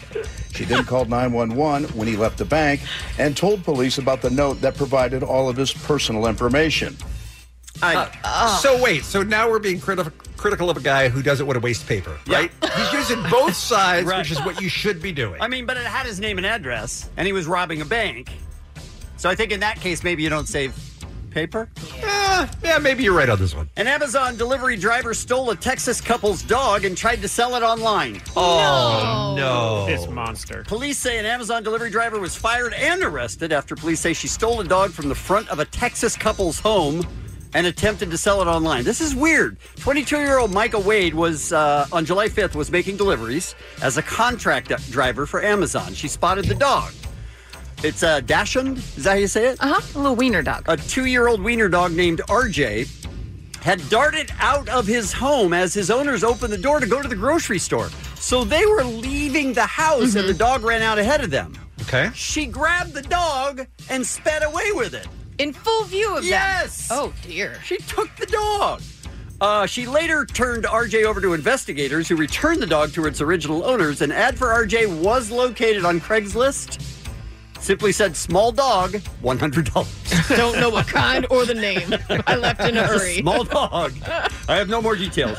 She then called 911 when he left the bank and told police about the note that provided all of his personal information. Uh, so wait, so now we're being criti- critical of a guy who doesn't want to waste paper, right? He's using both sides, Right. which is what you should be doing. I mean, but it had his name and address, and he was robbing a bank. So I think in that case, maybe you don't save paper. Yeah, yeah maybe you're right on this one. An Amazon delivery driver stole a Texas couple's dog and tried to sell it online. Oh no! This monster. Police say an Amazon delivery driver was fired and arrested after police say she stole a dog from the front of a Texas couple's home and attempted to sell it online. This is weird. 22-year-old Micah Wade was uh, on July 5th was making deliveries as a contract driver for Amazon. She spotted the dog. It's a dachshund. Is that how you say it? Uh huh. A little wiener dog. A two-year-old wiener dog named RJ had darted out of his home as his owners opened the door to go to the grocery store. So they were leaving the house and the dog ran out ahead of them. Okay. She grabbed the dog and sped away with it. In full view of yes. Oh dear. She took the dog. Uh, she later turned RJ over to investigators who returned the dog to its original owners. An ad for RJ was located on Craigslist. Simply said, small dog, $100. Don't know what kind or the name. I left in a hurry. Small dog. I have no more details.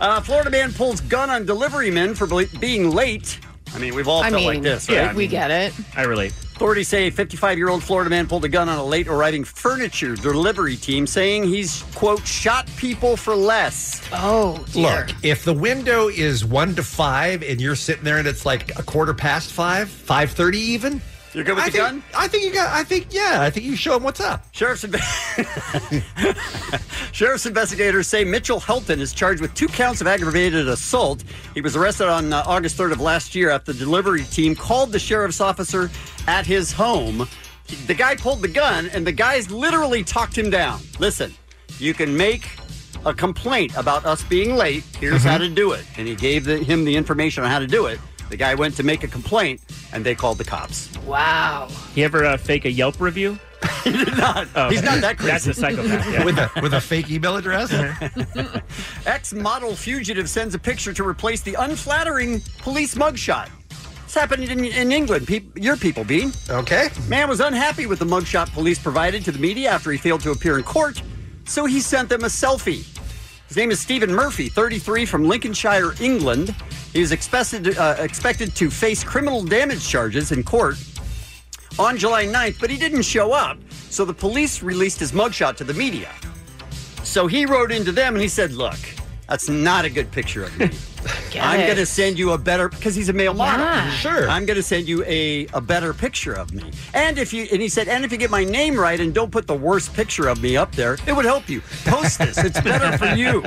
Uh, Florida man pulls gun on delivery men for ble- being late. I mean, we've all I felt mean, like this, right? yeah, we get it. I relate. Authorities say a 55 year old Florida man pulled a gun on a late arriving furniture delivery team, saying he's, quote, shot people for less. Oh, Look, if the window is one to five and you're sitting there and it's like a quarter past five, five thirty even, you're good with I the think, gun? I think you got. I think yeah. I think you show them what's up. Sheriff's Sheriff's investigators say Mitchell Helton is charged with two counts of aggravated assault. He was arrested on uh, August 3rd of last year after the delivery team called the sheriff's officer at his home. The guy pulled the gun, and the guys literally talked him down. Listen, you can make a complaint about us being late. Here's how to do it. And he gave the, him the information on how to do it. The guy went to make a complaint, and they called the cops. Wow. You ever uh, fake a Yelp review? Oh, He's not that That's crazy. a psychopath. Yeah. with a with a fake email address. Ex model fugitive sends a picture to replace the unflattering police mugshot. It's happening in, in England, peop your people, Bean. Okay. Man was unhappy with the mugshot police provided to the media after he failed to appear in court, so he sent them a selfie. His name is Stephen Murphy, 33, from Lincolnshire, England. He was expected to, uh, expected to face criminal damage charges in court on July 9th, but he didn't show up, so the police released his mugshot to the media. So he wrote into them and he said, Look, that's not a good picture of me. I'm it. going to send you a better because he's a male model. Yeah. Sure. I'm going to send you a, a better picture of me. And if you and he said, and if you get my name right and don't put the worst picture of me up there, it would help you. Post this. It's better for you.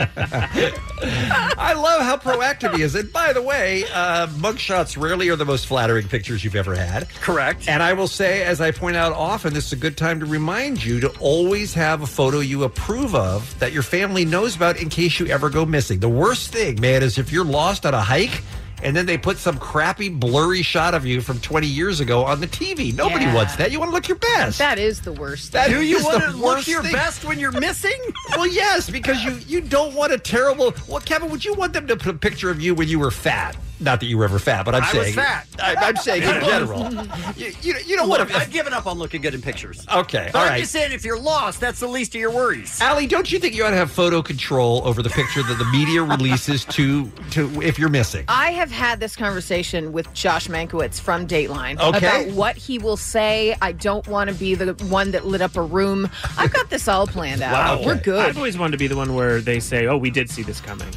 I love how proactive he is. And by the way, uh, mugshots rarely are the most flattering pictures you've ever had. Correct. And I will say, as I point out often, this is a good time to remind you to always have a photo you approve of that your family knows about in case you ever go missing. The worst thing, man, is if you're lost on a hike and then they put some crappy blurry shot of you from 20 years ago on the TV. Nobody Yeah. wants that. You want to look your best. That is the worst. That thing. Do you is want the to look worst your thing. best when you're missing? well, yes, because you you don't want a terrible. Well, Kevin, would you want them to put a picture of you when you were fat? Not that you were ever fat, but I'm I saying was fat. I, am saying in general. You, you, you know what? Look, I've given up on looking good in pictures. Okay, But all I'm right. just saying, if you're lost, that's the least of your worries. Allie, don't you think you ought to have photo control over the picture that the media releases to to if you're missing? I have had this conversation with Josh Mankiewicz from Dateline Okay. about what he will say. I don't want to be the one that lit up a room. I've got this all planned out. We're good. I've always wanted to be the one where they say, "Oh, we did see this coming."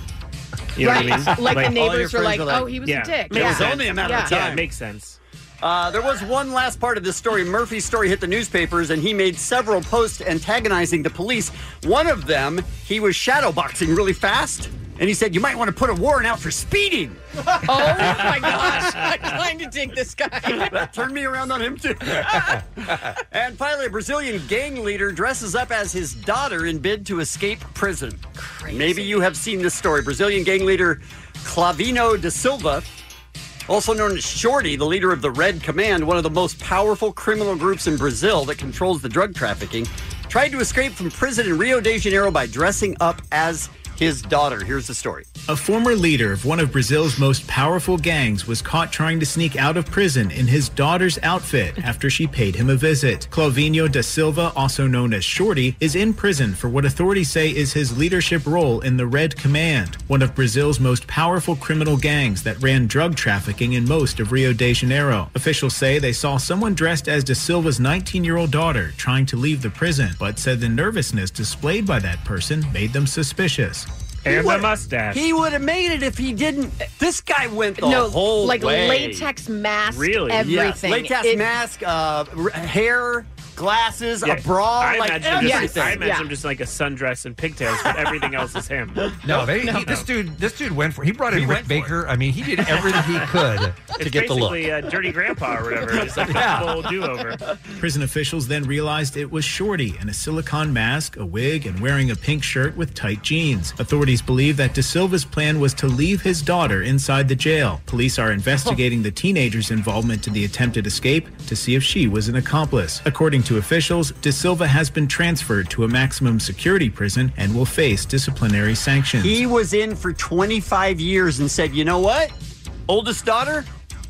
You know what I Right. mean? Like the All neighbors your were friends like, are like, "Oh, he was a Yeah. dick." Makes Yeah. sense. Only a matter of Yeah, time. it makes sense. Uh, there was one last part of this story. Murphy's story hit the newspapers, and he made several posts antagonizing the police. One of them, he was shadowboxing really fast, and he said, "You might want to put a warrant out for speeding." oh my gosh! I'm trying to dig this guy. that turned me around on him too. and finally, a Brazilian gang leader dresses up as his daughter in bid to escape prison. Maybe you have seen this story. Brazilian gang leader Clavino da Silva, also known as Shorty, the leader of the Red Command, one of the most powerful criminal groups in Brazil that controls the drug trafficking, tried to escape from prison in Rio de Janeiro by dressing up as his daughter. Here's the story. A former leader of one of Brazil's most powerful gangs was caught trying to sneak out of prison in his daughter's outfit after she paid him a visit. Clovinho da Silva, also known as Shorty, is in prison for what authorities say is his leadership role in the Red Command, one of Brazil's most powerful criminal gangs that ran drug trafficking in most of Rio de Janeiro. Officials say they saw someone dressed as da Silva's 19 year old daughter trying to leave the prison, but said the nervousness displayed by that person made them suspicious. And the mustache. He would have made it if he didn't. This guy went the no, whole like way. latex mask. Yes, everything. latex It- mask, uh, r- hair, glasses, Yeah. a bra, I like imagine him everything. just, I imagine him just like a sundress and pigtails, but everything else is him. No, they, He, this dude, this dude went for. He brought in Rick Baker. I mean, he did everything he could to It's get the look. basically uh, Dirty Grandpa or whatever. It's like Yeah. a full do-over. Prison officials then realized it was Shorty in a silicone mask, a wig, and wearing a pink shirt with tight jeans. Authorities believe that De Silva's plan was to leave his daughter inside the jail. Police are investigating the teenager's involvement in the attempted escape to see if she was an accomplice. According to officials, De Silva has been transferred to a maximum security prison and will face disciplinary sanctions. He was in for 25 years and said, you know what? Oldest daughter,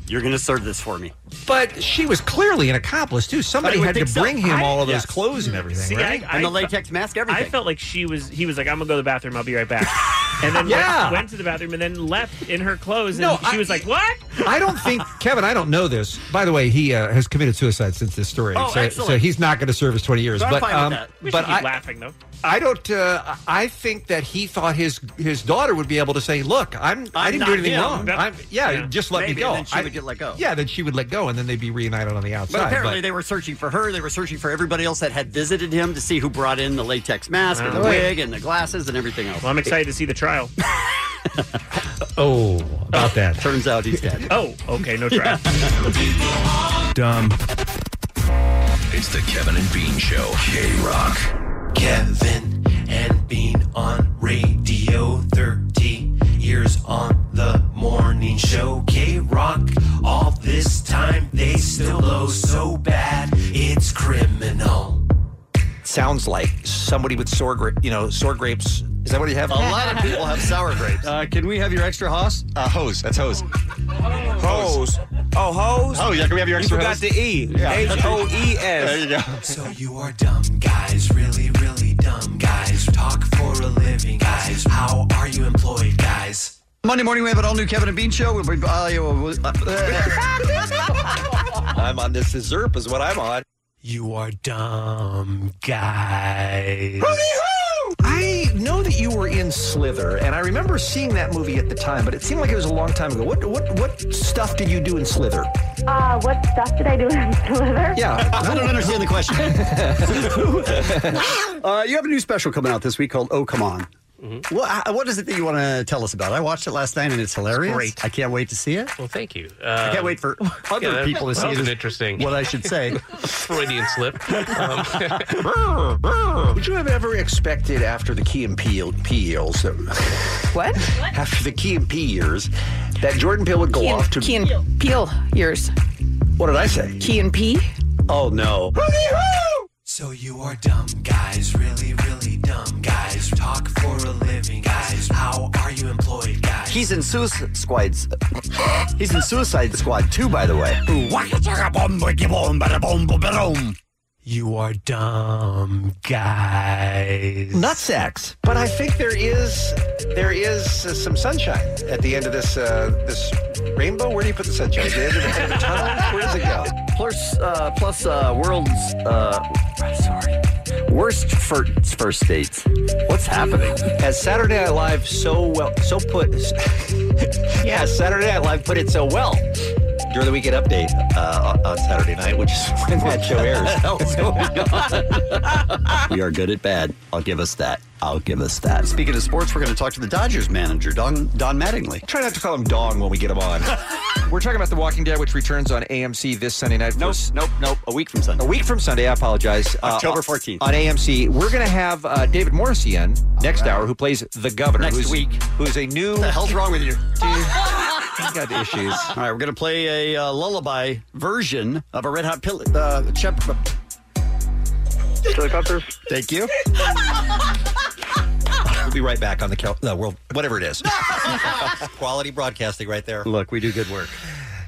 you're going to serve this for me. But she was clearly an accomplice too. Somebody I would had to think so. bring him I- all of yes. those clothes and everything, See, right? I, I fe- mask, I felt like she was. He was like, "I'm gonna go to the bathroom. I'll be right back." And then like, Yeah. went to the bathroom and then left in her clothes. And No, she I- was like, "What?" I don't think Kevin. I don't know this. By the way, he uh, has committed suicide since this story, Oh, so, excellent. so he's not going to serve his twenty years. So I'm but fine with um, that. We but should keep I, laughing though. I don't. Uh, I think that he thought his his daughter would be able to say, "Look, I'm, I didn't I'm do not anything him." wrong. That- I'm, yeah, yeah. just let Maybe, me go." and then she I- would get let go. Yeah, then she would let go, and then they'd be reunited on the outside. But apparently, they were searching for her. They were searching for everybody else that had visited him to see who brought in the latex mask and the Wow. wig and the glasses and everything else. Well, I'm excited to see the trial. oh, about that. Turns out he's dead. oh, okay, no trial. Dumb. It's the Kevin and Bean Show. K Rock. Kevin and Bean on radio 30 years on the morning show. K Rock, all this time they still blow so bad, it's criminal. Sounds like somebody with sour, gra- you know, sour grapes. Is that what you have? A lot of people have sour grapes. Uh, can we have your extra hose? Uh, hose. That's hose. Hose. Oh, hose? Oh, yeah, can we have your extra You forgot hose? the E. Yeah. H O E S. There you go. So you are dumb guys, really, really dumb guys. Talk for a living, guys. How are you employed, guys? Monday morning, we have an all new Kevin and Bean show. We'll be, I'm on this usurp is what I'm on. You are dumb guys. I know that you were in Slither, and I remember seeing that movie at the time, but it seemed like it was a long time ago. What what what stuff did you do in Slither? Uh, what stuff did I do in Slither? I don't understand the question. uh, you have a new special coming out this week called Oh Come On. Mm-hmm. Well, I- what is it that you want to tell us about? I watched it last night and it's hilarious. great. I can't wait to see it. Well, thank you. I Um, can't wait for other yeah, that- people to that see was it. an is interesting- What I should say. Freudian slip. Um, Would you have ever expected after the Key and Peele, Peele's, uh, What? after the Key and Peele years, that Jordan Peele would go Key off and, to? Key and Peel yours. What did I say? Key and P. Oh no! So you are dumb guys, really, really dumb guys. Talk for a living, guys. How are you employed, guys? He's in Suicide Squad. He's in Suicide Squad too, by the way. You are dumb guys. Nutsacks. But I think there is there is uh, some sunshine at the end of this uh, this rainbow. Where do you put the sunshine? At the end of the, end of the tunnel? Where does it go? Plus, uh, plus uh, world's uh, sorry, worst first first dates. What's happening? Has Saturday Night Live so well so put? yeah, Saturday Night Live put it so well. During the weekend update uh, on Saturday night, which is when that show airs. we are good at bad. I'll give us that. I'll give us that. Speaking of sports, we're going to talk to the Dodgers manager, Don, Don Mattingly. Try not to call him Dong when we get him on. We're talking about The Walking Dead, which returns on AMC this Sunday night. Nope, nope, nope. A week from Sunday. A week from Sunday. I apologize. Uh, October on- 14th. on AMC. We're going to have uh, David Morrissey in next hour, who plays the governor. Next who's, week. who's a new What the hell's wrong with you? He's got issues. All right, we're going to play a uh, lullaby version of a Red Hot Pill. Uh, chip- Chili Peppers. Thank you. We'll be right back on the Cal- uh, world, whatever it is. Quality broadcasting right there. Look, we do good work.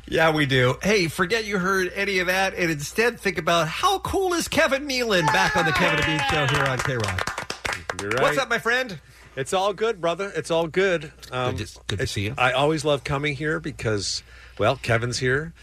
Yeah, we do. Hey, forget you heard any of that, and instead think about how cool is Kevin Nealon back on the Kevin and Bean Show here on K Rock. What's up, my friend? It's all good, brother. It's all good. Um, good to, see you. I always love coming here because, well, Kevin's here,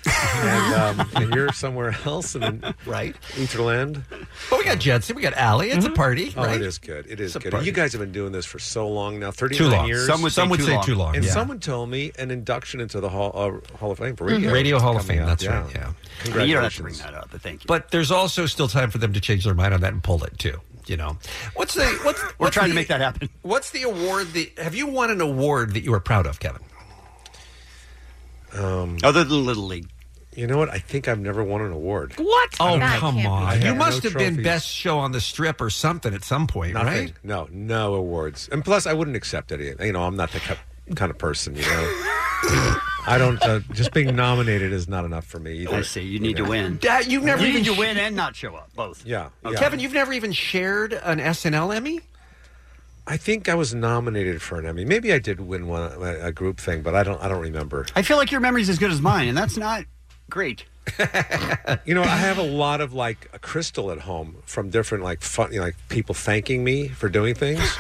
and, um, and you're somewhere else, and right, Interland. Well, we got Jetson, we got Allie. It's a party, Oh, right? it is good. It is It's a good. party. You guys have been doing this for so long now, thirty Too long. years. Some would Some say would too say long. too long, And yeah. someone told me an induction into the Hall uh, Hall of Fame for Mhm. radio. Radio Hall of coming Fame, up. that's right, yeah. Congratulations. You don't have to bring that up, but thank you. But there's also still time for them to change their mind on that and pull it too. You know, what's the what's we're trying to make that happen? What's the award? The have you won an award that you are proud of, Kevin? Um, Other than Little League. You know what? I think I've never won an award. What? Oh That come can't be on! true. No You must have been trophies. best show on the strip or something at some point, Nothing. right? No, no awards. And plus, I wouldn't accept any. You know, I'm not the ki- kind of person. You know, I don't. Uh, just being nominated is not enough for me. Either. I see. You need know? to win. Dad, you've never you even need to sh- win and not show up. Both. Yeah, yeah. Oh, Kevin, you've never even shared an SNL Emmy. I think I was nominated for an Emmy. Maybe I did win one a, a group thing, but I don't. I don't remember. I feel like your memory's as good as mine, and that's not great. you know, I have a lot of like a crystal at home from different like fun, you know, like people thanking me for doing things.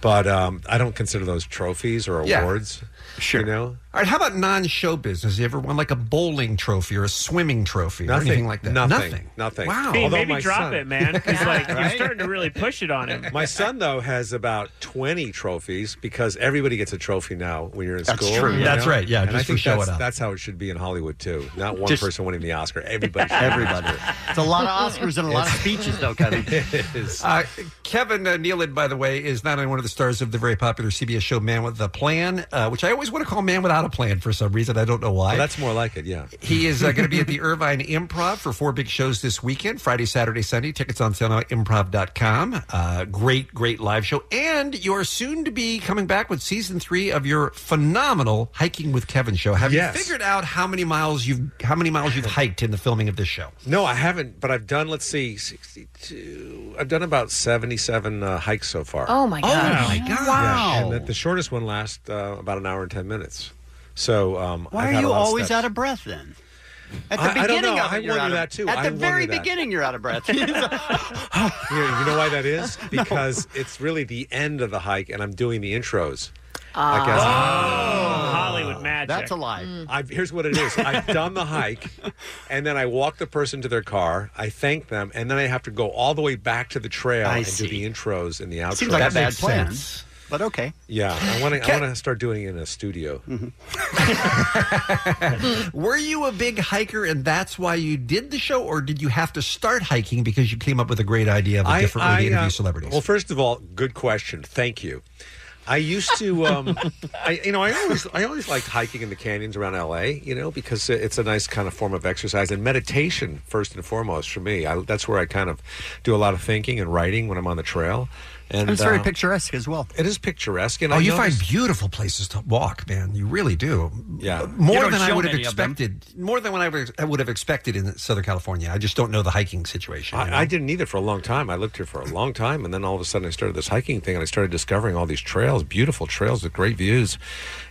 But um, I don't consider those trophies or Yeah. awards. Sure. You know, All right, how about non-show business? You ever won like a bowling trophy or a swimming trophy or Nothing. anything like that? Nothing. Nothing. Nothing. Wow. Hey, Hey, Although maybe my drop son- it, man. Because like you're Right? starting to really push it on him. My son though has about twenty trophies because everybody gets a trophy now when you're in That's school. true. you That's know? right, yeah, and just I for think showing that's, up. that's how it should be in Hollywood too. Not one Just- person winning the Oscar. Everybody. Everybody. It's a lot of Oscars and a lot of speeches, though, Kevin. it is. Uh, Kevin uh, Nealon, by the way, is not only one of the stars of the very popular CBS show Man with a Plan, uh, which I always want to call Man Without a Plan for some reason. I don't know why. Well, that's more like it. Yeah. He is uh, going to be at the Irvine Improv for four big shows this weekend Friday, Saturday, Sunday. Tickets on sale now at improv.com. Uh, great, great live show. And you're soon to be coming back with season three of your phenomenal Hiking with Kevin show. Have Yes. you figured out how many miles you've how many miles you've hiked in the filming of this show? No, I haven't. But I've done. Let's see, sixty-two. I've done about seventy-seven uh, hikes so far. Oh, my Oh, gosh. my gosh. Yeah, and the, the shortest one lasts uh, about an hour and ten minutes. So um, Why I've are had a you lot of always steps. out of breath then? At the I- I don't beginning know. of it, I you're wonder out of, that, too. At I the wonder very that. beginning, you're out of breath. You know, you know why that is? Because it's really the end of the hike, and I'm doing the intros. Ah. guess- Oh, Hollywood magic. That's a lie. Mm. I've, here's what it is: I've done the hike, and then I walk the person to their car. I thank them, and then I have to go all the way back to the trail I and see. do the intros and the outros. Seems like a That bad makes plan. sense. but okay. Yeah, I want to. I Ken- want to start doing it in a studio. Mm-hmm. Were you a big hiker and that's why you did the show, or did you have to start hiking because you came up with a great idea of a different way to interview uh, celebrities? Well, first of all, good question. Thank you. I used to, um, I, you know, I always, I always liked hiking in the canyons around LA, you know, because it's a nice kind of form of exercise and meditation first and foremost for me. I, that's where I kind of do a lot of thinking and writing when I'm on the trail. And uh, And uh, it's very picturesque as well. It is picturesque, and oh, I you noticed- find beautiful places to walk, man. You really do. yeah More than I would have expected. More than what I would, I would have expected in Southern California. I just don't know the hiking situation. you know? I, I didn't either for a long time. I lived here for a long time, and then all of a sudden I started this hiking thing, and I started discovering all these trails, beautiful trails with great views,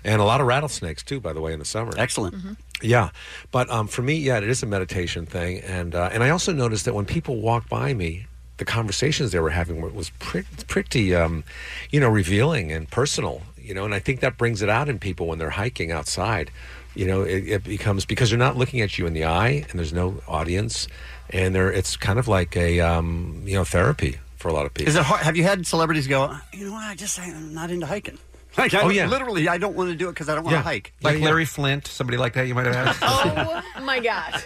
and a lot of rattlesnakes too. By the way, in the summer, excellent. Yeah, but um, for me, yeah, it is a meditation thing, and uh, and I also noticed that when people walk by me. The conversations they were having were- was pretty, pretty um, you know, revealing and personal, you know, and I think that brings it out in people when they're hiking outside. You know, it, it becomes because they're not looking at you in the eye, and there's no audience, and they're it's kind of like a um, you know therapy for a lot of people. Is it hard? Have you had celebrities go? You know what? I just I'm not into hiking. Like, I Oh, don't- yeah. Literally, I don't want to do it because I don't want to hike. Like Larry Flint, somebody like that, you might have asked. Oh my gosh.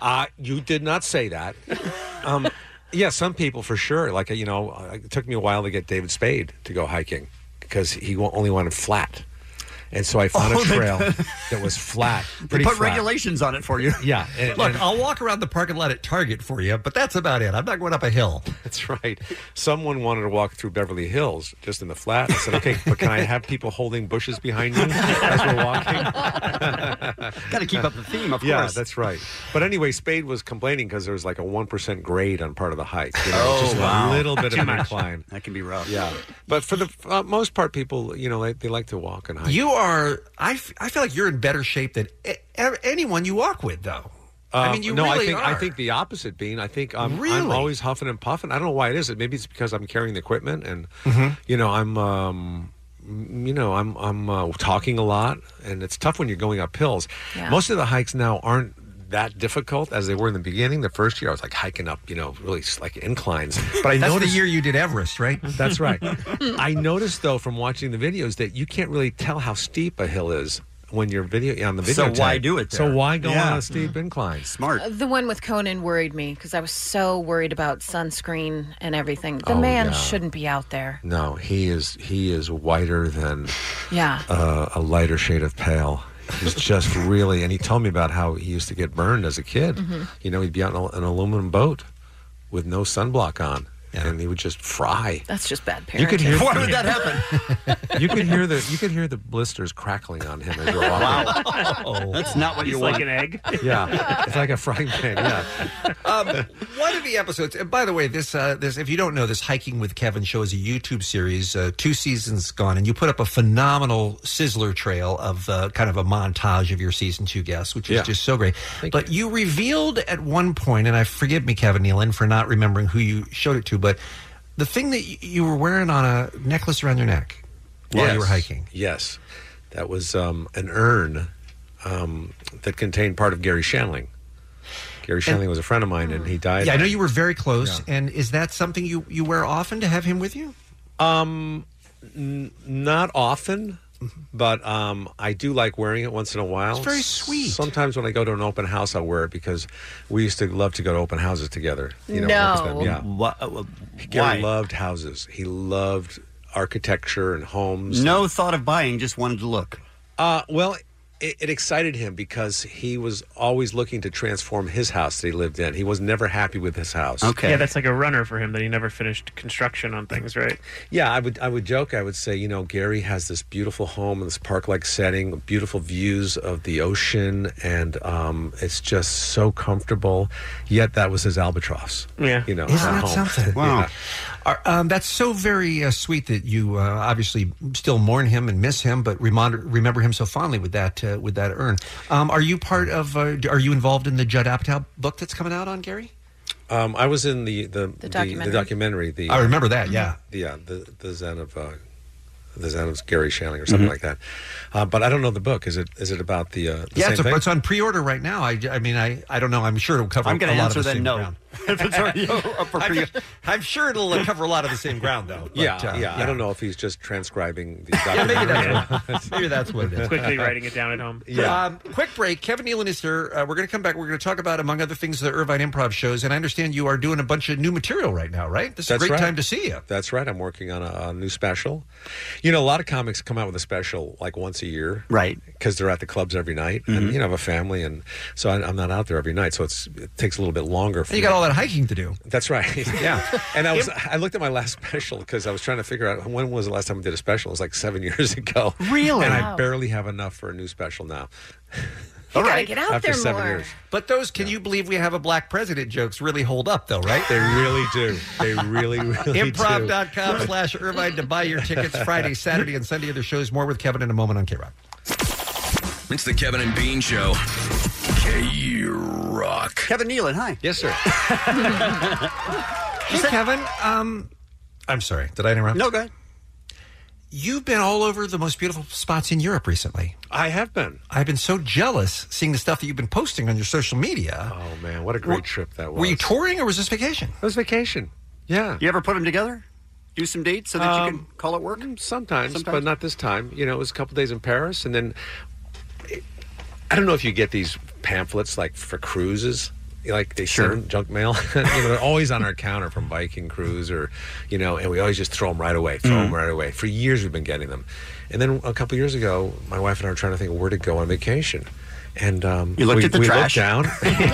Uh, you did not say that. Um, yeah, some people for sure. Like you know, uh, it took me a while to get David Spade to go hiking because he wa- only wanted flat, and so I found Oh, a they- trail that was flat. They Pretty put flat. regulations on it for you. Yeah, and- Look, and- I'll walk around the parking lot at Target for you, but that's about it. I'm not going up a hill. That's right. Someone wanted to walk through Beverly Hills just in the flat. I said, okay, but can I have people holding bushes behind you as we're walking? Got to keep up the theme, of yeah, course. that's right. But anyway, Spade was complaining because there was like a 1% grade on part of the hike. You know, Oh, just wow. a little bit Too of an much. incline. That can be rough. Yeah. But for the uh, most part, people, you know, they, they like to walk and hike. You are. I, f- I feel like you're in better shape than e- e- anyone you walk with, though. I Um, mean, you no, really I think, are. I think the opposite, Bean. I think I'm, I'm Really? always huffing and puffing. I don't know why it is. Maybe it's because I'm carrying the equipment and Mm-hmm. Mhm. you know I'm um, m- you know I'm I'm uh, talking a lot, and it's tough when you're going up hills. Yeah. Most of the hikes now aren't that difficult as they were in the beginning. The first year I was like hiking up, you know, really s- like inclines. But I that's noticed the year you did Everest, right? that's right. I noticed though from watching the videos that you can't really tell how steep a hill is when you're video on the So video. why do it So there? why go Yeah. Mm. on a steep incline? Smart. Uh, The one with Conan worried me because I was so worried about sunscreen and everything. The Oh, man yeah. shouldn't be out there. No, he is he is whiter than Yeah. uh, a lighter shade of pale. He's just really, and he told me about how he used to get burned as a kid. Mm-hmm. Mhm. You know, he'd be on an aluminum boat with no sunblock on, and he would just fry. That's just bad parenting. You could hear Why would that happen? you could hear the you could hear the blisters crackling on him as you're walking. Wow. That's not what you He's want. like an egg. Yeah, it's like a frying pan. Yeah. um, one of the episodes. And by the way, this uh, this if you don't know, this hiking with Kevin show is a YouTube series, uh, two seasons gone, and you put up a phenomenal sizzler trail of uh, kind of a montage of your season two guests, which is Yeah. just so great. but you. revealed at one point, and I forgive me, Kevin Nealon, for not remembering who you showed it to, but the thing that y- you were wearing on a necklace around your neck while you were Yes. hiking. Yes, that was um, an urn um, that contained part of Gary Shanling. Gary And- Shanling was a friend of mine, and he died. Yeah, I know you were very close. And is that something you, you wear often to have him with you? Um, n- not often, but um, I do like wearing it once in a while. It's very sweet. Sometimes when I go to an open house, I'll wear it because we used to love to go to open houses together. You know, No. uh, with them. yeah. why? Gary loved houses. He loved architecture and homes. No thought of buying, just wanted to look. Uh, well, it, it excited him because he was always looking to transform his house that he lived in. He was never happy with his house. Yeah, that's like a runner for him that he never finished construction on things, right? Yeah, I would I would joke. I would say, you know, Gary has this beautiful home in this park like setting, beautiful views of the ocean, and um, it's just so comfortable. Yet that was his albatross. Yeah. you know, Isn't at that home. something? Yeah. Wow. Are- um, that's so very uh, sweet that you uh, obviously still mourn him and miss him, but remon- remember him so fondly with that uh, with that urn. Um, are you part of? Uh, d- are you involved in the Judd Apatow book that's coming out on Gary? Um, I was in the the, the, documentary. the documentary. The I remember that, yeah. yeah, the the Zen of uh, the Zen of Gary Shanling or something Mhm. like that. Uh, but I don't know the book. Is it is it about the, uh, the yeah, same it's, a- thing? it's on pre-order right now. I, I mean, I, I don't know. I'm sure it'll cover. I'm gonna a lot answer of the that same no. ground. if it's already up for I'm, I'm sure it'll uh, cover a lot of the same ground, though. But, yeah, uh, yeah, I don't know if he's just transcribing the Yeah, maybe document. that's, maybe that's what it is. Quickly writing it down at home. Yeah. Um, quick break. Kevin Nealon is here. Uh, we're going to come back. We're going to talk about, among other things, the Irvine Improv shows. And I understand you are doing a bunch of new material right now, right? This is That's a great right. time to see you. That's right. I'm working on a, a new special. You know, a lot of comics come out with a special like once a year, right? Because they're at the clubs every night, and you know, I have a family, and so I, I'm not out there every night. So it's it takes a little bit longer. For And you me. got all that hiking to do. That's right. Yeah. And I was I looked at my last special because I was trying to figure out when was the last time I did a special. It was like seven years ago. Really? And Wow. I barely have enough for a new special now. All right, After seven years. But those, can you believe we have a black president jokes really hold up, though, right? They really do. They really, really do. Improv.com slash Irvine to buy your tickets Friday, Saturday, and Sunday. Other shows. More with Kevin in a moment on K Rock. It's the Kevin and Bean Show. K Rock. Kevin Nealon, hi. Yes, sir. Hey, Kevin. Um, I'm sorry. Did I interrupt? No, go ahead. You've been all over the most beautiful spots in Europe recently. I have been. I've been so jealous seeing the stuff that you've been posting on your social media. Oh man, what a great trip that was. Were you touring or was this vacation? It was vacation. Yeah. You ever put them together? Do some dates so that you Um, can call it work? sometimes, but not this time. You know, it was a couple days in Paris, and then I don't know if you get these pamphlets like for cruises. Like they Sure. send them junk mail. you know, they're always on our counter from Viking Cruise or, you know, and we always just throw them right away, throw them Mhm. right away. For years we've been getting them. And then a couple years ago, my wife and I were trying to think of where to go on vacation. And um, You looked we, at the we trash?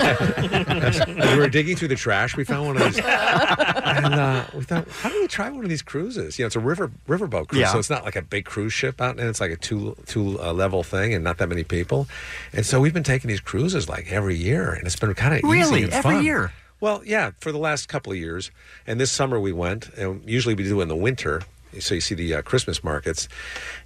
looked down. As we were digging through the trash. We found one of these. and uh, we thought, how do we try one of these cruises? You know, it's a river riverboat cruise, Yeah. so it's not like a big cruise ship out, and it's like a two two uh, level thing, and not that many people. And so we've been taking these cruises like every year, and it's been kind of Really? easy and Every fun. year? Well, yeah, for the last couple of years, and this summer we went, and usually we do it in the winter. So you see the uh, Christmas markets,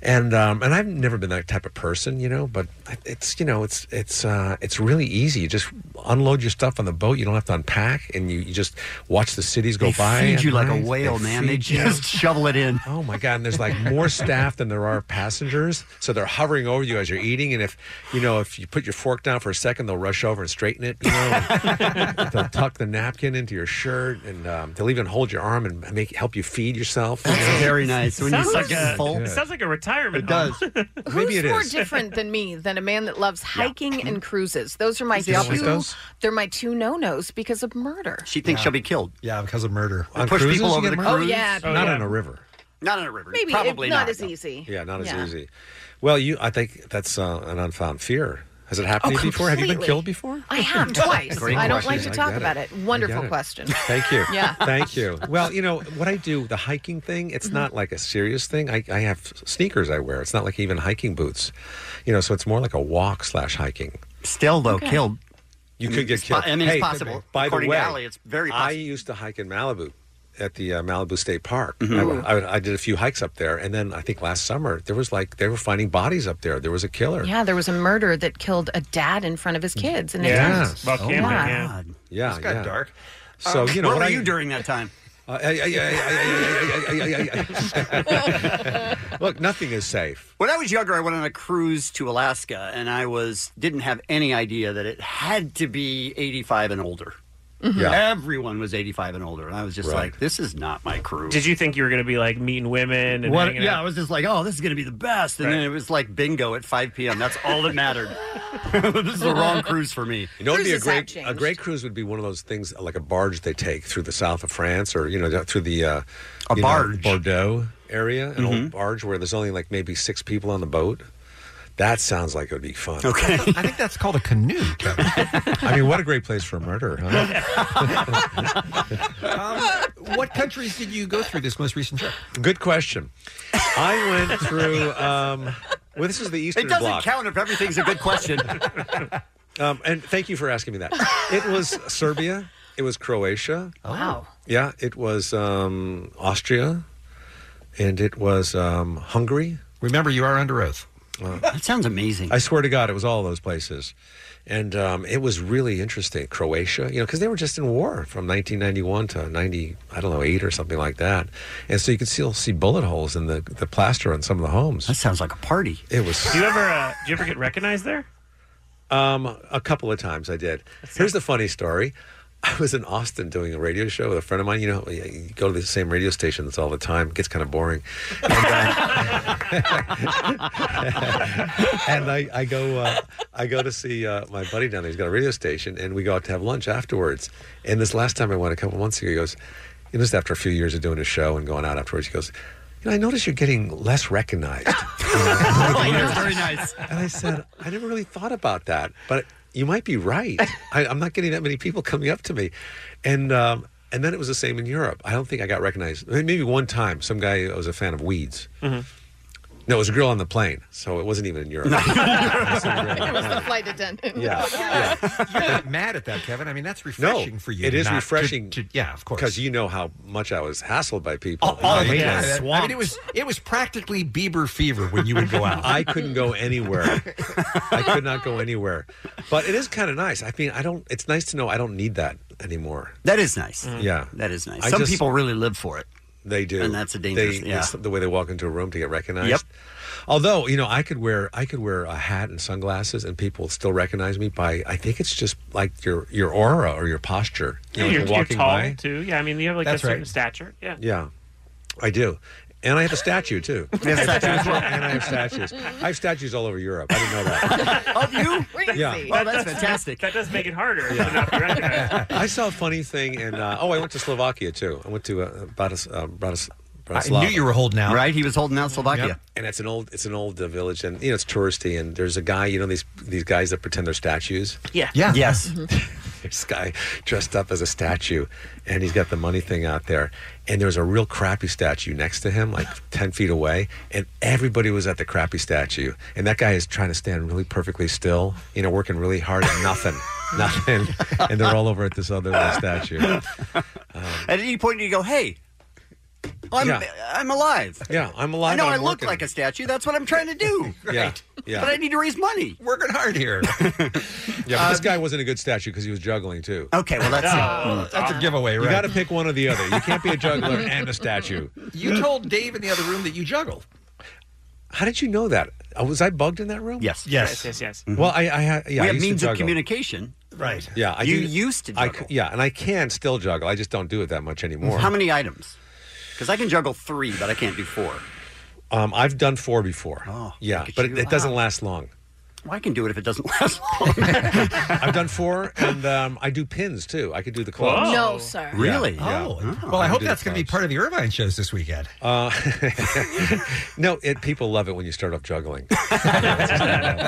and um, and I've never been that type of person, you know. But it's you know it's it's uh, it's really easy. You just unload your stuff on the boat. You don't have to unpack, and you, you just watch the cities go They by. feed at you like a night. whale, man. They feed you. just shovel it in. Oh my god! And there's like more staff than there are passengers, so they're hovering over you as you're eating. And if you know if you put your fork down for a second, they'll rush over and straighten it. You know, and they'll tuck the napkin into your shirt, and um, they'll even hold your arm and make help you feed yourself. very nice. When you sounds suck like it a, full. it sounds like a retirement. It does. Maybe Who's it more is. different than me than a man that loves hiking and cruises? Those are my You don't like two. those? They're my two no nos because of murder. She thinks she'll be killed. Yeah, because of murder. On push cruises, people you get over the mur- cruise. Oh, yeah. Not on a river. Not in a river. Maybe Probably it, not, not. as easy. Yeah, not as Yeah. easy. Well, you, I think that's uh, an unfound fear. Has it happened Oh, to you before? Have you been completely. killed before? I have twice. Great I don't like question. to I talk get about it. it. Wonderful it. question. Thank you. Yeah. Mm-hmm. Thank you. Well, you know what I do, the hiking thing, it's not like a serious thing. I, I have sneakers I wear. It's not like even hiking boots. You know, so it's more like a walk slash hiking. Still though, Okay. killed. You I mean, could get it's po- killed. I mean, it's Hey, possible. By the According to way, Ally, it's very I used to hike in Malibu. At the uh, Malibu State Park, I- Mm-hmm. I, I did a few hikes up there, and then I think last summer there was like they were finding bodies up there. There was a killer. Yeah, there was a murder that killed a dad in front of his kids. And Yeah. His Well, camping, yeah. Yeah, This got yeah. dark. So Um, you know where what were I, you during that time? Uh, I- I- I- Look, nothing is safe. When I was younger, I went on a cruise to Alaska, and I was didn't have any idea that it had to be 85 and older. Mm-hmm. Mhm. Yeah. Everyone was 85 and older, and I was just Right. like, "This is not my cruise." Did you think you were going to be like meeting women and What- hanging yeah, out? I was just like, "Oh, this is going to be the best," and Right. then it was like bingo at 5 p.m. That's all that mattered. this is the wrong cruise for me. You know, it'd be a great a great cruise would be one of those things uh, like a barge they take through the south of France or you know through the uh, A you know, barge. Bordeaux area, an Mhm. old barge where there's only like maybe six people on the boat. That sounds like it would be fun. Okay, I think that's called a canoe. I mean, what a great place for murder, huh? what countries did you go through this most recent trip? Good question. I went through. Um, well, this is the Eastern It doesn't Bloc. count if everything's a good question. Um, and thank you for asking me that. It was Serbia. It was Croatia. Oh. Wow. Yeah, it was um, Austria, and it was um, Hungary. Uh, Remember, you are under oath. that sounds amazing. I swear to God, it was all those places, and um, it was really interesting. Croatia, you know, because they were just in war from 1991 to 90, I don't know, eight or something like that, and so you could still see bullet holes in the the plaster on some of the homes. That sounds like a party. It was. Do you ever uh, do you ever get recognized there? Um, a couple of times I did. Here's the funny story. I was in Austin doing a radio show with a friend of mine. You know, you go to the same radio stations all the time. It gets kind of boring. and I, I go uh, I go to see uh, my buddy down there. He's got a radio station, and we go out to have lunch afterwards. And this last time I went a couple months ago, he goes, you know, just after a few years of doing a show and going out afterwards, he goes, you know, I notice you're getting less recognized. Oh, very nice. And I said, I never really thought about that, but you might be right. I, I'm not getting that many people coming up to me, and um, and then it was the same in Europe. I don't think I got recognized. Maybe one time, some guy was a fan of weeds. No, it was a girl on the plane, so it wasn't even in Europe. it was the flight attendant. Yeah. You're not mad at that, Kevin. I mean, that's refreshing no, for you. It is not to- refreshing. to- yeah, of course. Because you know how much I was hassled by people. all of it, Oh, yeah. I mean, it was it was practically Bieber fever when you would go out. I couldn't go anywhere. I could not go anywhere. But it is kind of nice. I mean, I don't. It's nice to know I don't need that anymore. That is nice. Mm. Yeah, that is nice. Some people really live for it. They do, And that's a dangerous- They, yeah. it's the way they walk into a room to get recognized. Yep. Although you know, I could wear I could wear a hat and sunglasses, and people will still recognize me by. I think it's just like your your aura or your posture. You know, if you're, you're you're walking tall by. too. Yeah, I mean you have like That's a certain right. stature. Yeah. Yeah, I do. And I have a statue too. You have a statue as well. and I have statues. I have statues all over Europe. I didn't know that. Yeah. That Oh, Well, does- that's fantastic. That does make it harder. Yeah. to not be recognized. I saw a funny thing, and uh, oh, I went to Slovakia too. I went to uh, Bratis, uh, Bratis, Bratislava. Right? He was holding out Slovakia. And it's an old, it's an old uh, village, and you know it's touristy. And there's a guy, you know these these guys that pretend they're statues. Yeah. Yeah. Yes. Mm-hmm. There's this guy dressed up as a statue, and he's got the money thing out there. And there was a real crappy statue next to him, like ten feet away, and everybody was at the crappy statue. And that guy is trying to stand really perfectly still, you know, working really hard at nothing, nothing. And they're all over at this other little statue. At any point, you go, hey, I'm, Yeah. I'm alive. Yeah, I'm alive. I know and I I'm look working. like a statue. That's what I'm trying to do. Yeah, yeah. But I need to raise money. Working hard here. Yeah, but this guy wasn't a good statue because he was juggling too. Um, Okay, well, that's- Oh, that's a giveaway, You right? got to pick one or the other. You can't be a juggler and a statue. You told Dave in the other room that you juggle. How did you know that? Uh, Was I bugged in that room? Yes. Yes, yes, yes. Mm-hmm. Well, I, I ha- yeah, we I have used to means of juggle. communication. Right. Yeah, I you do- used to I juggle. c- yeah, and I can still juggle. I just don't do it that much anymore. How many items? Because I can juggle three, but I can't do four. Um, I've done four before. Oh, yeah, but it, it doesn't last long. Well, I can do it if it doesn't last long. I've done four, and um, I do pins too. I could do the clubs. No, sir. Yeah, Really? yeah. Oh, well, can I hope do the that's going to be clubs. part of the Irvine shows this weekend. Uh, no, it, people love it when you start off juggling.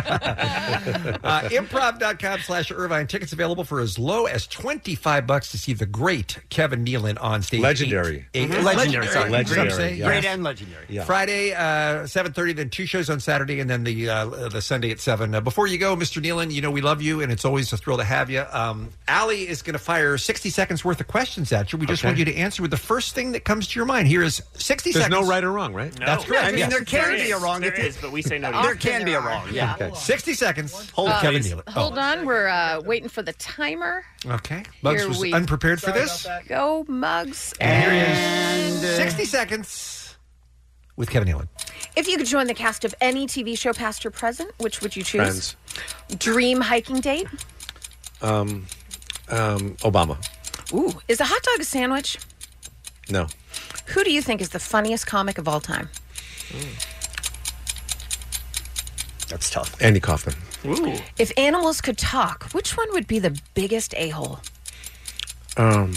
uh, improv.com slash Irvine. Tickets available for as low as 25 bucks to see the great Kevin Nealon on stage. Legendary. Eight- eight- Mhm. Legendary, sorry. Legendary, Great, yeah. Great and legendary. Yeah. Friday, uh, 7.30, then two shows on Saturday, and then the uh, the Sunday at 7. Uh, before you go, Mr. Nealon, you know we love you, and it's always a thrill to have you. Um, Allie is going to fire 60 seconds worth of questions at you. We just Okay. want you to answer with the first thing that comes to your mind. Here is 60 There's seconds. no right or wrong, right? No. That's correct. I mean, Yes. there can There be a is. wrong. There if it- is, but we say no to There it. can be a Often there wrong. are. Yeah. Okay. 60 seconds. Hold Uh, Kevin Oh. Nealon. Hold on. We're uh, waiting for the timer. Okay. Bugs Here was we unprepared for this. Go, Mugs. uh, And here he is. 60 seconds with Kevin Nealon. If you could join the cast of any TV show, past or present, which would you choose? Friends. Dream hiking date. Um, um, Obama. Ooh, is a hot dog a sandwich? No. Who do you think is the funniest comic of all time? That's tough. Andy Kaufman. Ooh. If animals could talk, which one would be the biggest a hole? Um,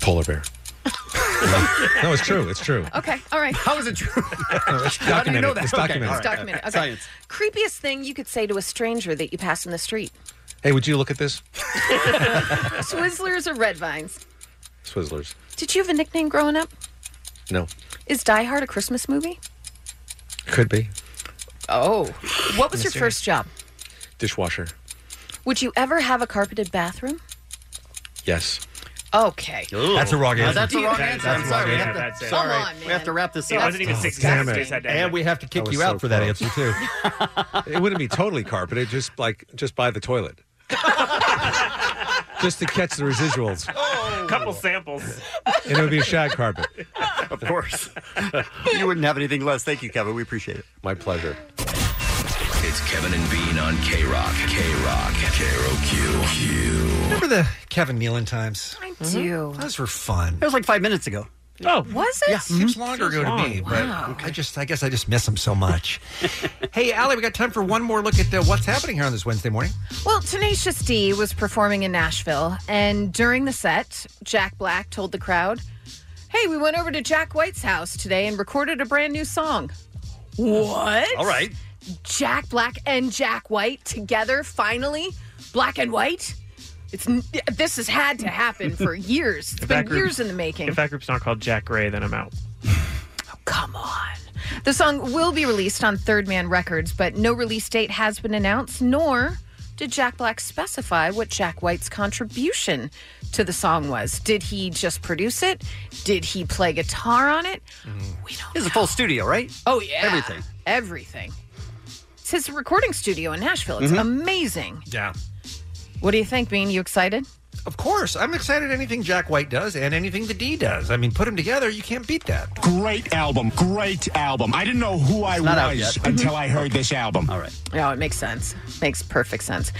polar bear. no, it's true. It's true. Okay, all right. How is it true? It's How do you know documented. that? It's documented. It's documented. Okay. Creepiest thing you could say to a stranger that you pass in the street? Hey, would you look at this? Swizzlers or Red Vines? Swizzlers. Did you have a nickname growing up? No. Is Die Hard a Christmas movie? Could be. Oh. What was your Mystery. first job? Dishwasher. Would you ever have a carpeted bathroom? Yes. Okay. That's a wrong No, answer. Oh, that's a wrong answer. I'm That's a sorry. wrong We answer. have to, That's it. sorry. Come on, we have to wrap this It up. wasn't even Oh, six damn seconds. it. They said that. And we have to I kick was you so out for that close. answer, too. It wouldn't be totally carpeted. Just like just by the toilet. just to catch the residuals. Oh. A couple samples. And it would be a shag carpet. Of course. you wouldn't have anything less. Thank you, Kevin. We appreciate it. My pleasure. It's Kevin and Bean on K Rock. K Rock. K Q. Remember the Kevin Nealon times? I do. Those were fun. It was like five minutes ago. Oh, was it? Yeah, seems longer ago to me, but I just, I guess, I just miss them so much. hey, Allie, we got time for one more look at uh, what's happening here on this Wednesday morning. Well, Tenacious D was performing in Nashville, and during the set, Jack Black told the crowd, Hey, we went over to Jack White's house today and recorded a brand new song. What? All right. Jack Black and Jack White together, finally? Black and White? It's n- This has had to happen for years. It's If that been group- years in the making. If that group's not called Jack Ray, then I'm out. The song will be released on Third Man Records, but no release date has been announced, nor did Jack Black specify what Jack White's contribution to the song was. Did he just produce it? Did he play guitar on it? It's a full studio, right? Oh, yeah. Everything. Everything. It's his recording studio in Nashville. It's Mhm. amazing. Yeah. What do you think, Bean? You excited? Of course, I'm excited. Anything Jack White does and anything the D does. I mean, put them together, you can't beat that. Great album. Great album. I didn't know who I not out was yet. until I heard this album. Mm-hmm. All right. Yeah, Oh, it makes sense. Makes perfect sense.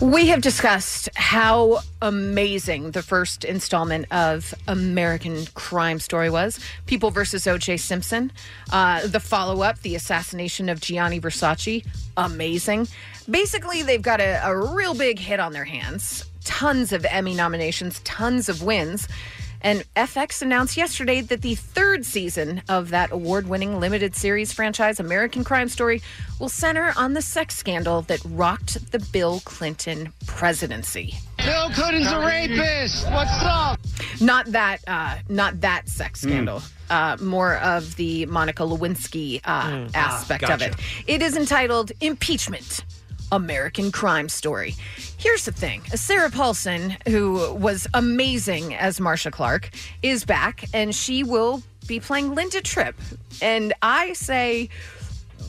We have discussed how amazing the first installment of American Crime Story was People versus O.J. Simpson. Uh, the follow up, The Assassination of Gianni Versace, amazing. Basically, they've got a, a real big hit on their hands tons of Emmy nominations, tons of wins. And FX announced yesterday that the third season of that award winning limited series franchise, American Crime Story, will center on the sex scandal that rocked the Bill Clinton presidency. Bill Clinton's a rapist. What's up? Not that, uh, not that sex Hmm. scandal. Uh, more of the Monica Lewinsky uh, Mm. Ah, aspect of it. gotcha. It is entitled Impeachment American Crime Story. Here's the thing Sarah Paulson, who was amazing as Marsha Clark, is back and she will be playing Linda Tripp. And I say,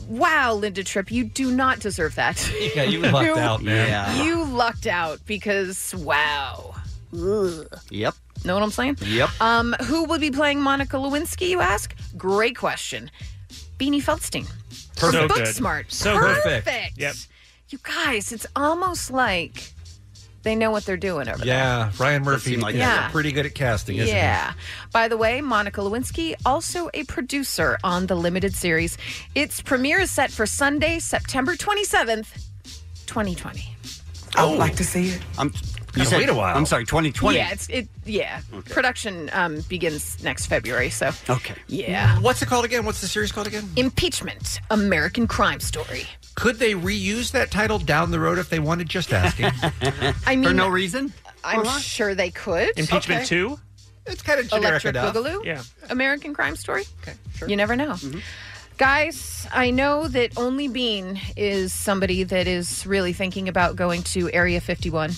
wow, Linda Tripp, you do not deserve that. Yeah, you lucked out, man. Yeah. You lucked out because, wow. Ugh. Yep. Know what I'm saying? Yep. Um, who will be playing Monica Lewinsky, you ask? Great question. Beanie Feldstein. Perfect. Book So good. smart. So good. perfect. Perfect. Yep. You guys, it's almost like they know what they're doing over there. Yeah, Ryan Murphy like is that. pretty good at casting, isn't yeah. By the way, Monica Lewinsky, also a producer on the limited series. Its premiere is set for Sunday, September 27th, 2020. I would like to see it. I'm. You Gotta said, wait a while. I'm sorry, 2020. Yeah, it's it. Yeah, Okay. production um, begins next February. So okay. yeah, What's it called again? What's the series called again? Impeachment: American Crime Story. he? Could they reuse that title down the road if they wanted? Just asking. I mean, for no reason. I'm Or not? sure they could. Impeachment Okay. two? It's kind of generic Electric enough. Boogaloo. Yeah. Mm-hmm. American Crime Story. Okay, sure. You never know. Guys, I know that only Bean is somebody that is really thinking about going to Area 51.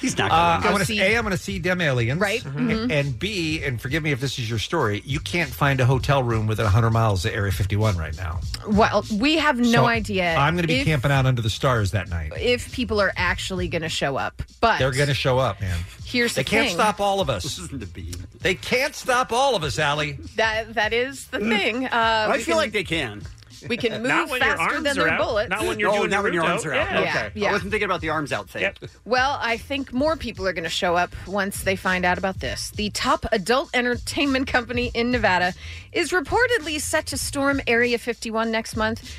He's not. gonna Uh, go I want see- to a. I'm going to see them aliens, right? Mhm. And b. And forgive me if this is your story. You can't find a hotel room within 100 miles of Area 51 right now. Well, we have no So idea. I'm going to be if, camping out under the stars that night. if people are actually going to show up, but They're going to show up, man. Here's they the can't thing. stop all of us. Listen to B. They can't stop all of us, Allie. That that is the thing. Uh, Mm. I we feel can- like they can. we can move Not when your faster arms than are their out. bullets. Not when you're oh, doing now the when your root out. arms are out. Yeah. Okay. Yeah. I wasn't thinking about the arms out thing. Well, I think more people are going to show up once they find out about this. The top adult entertainment company in Nevada is reportedly set to storm Area 51 next month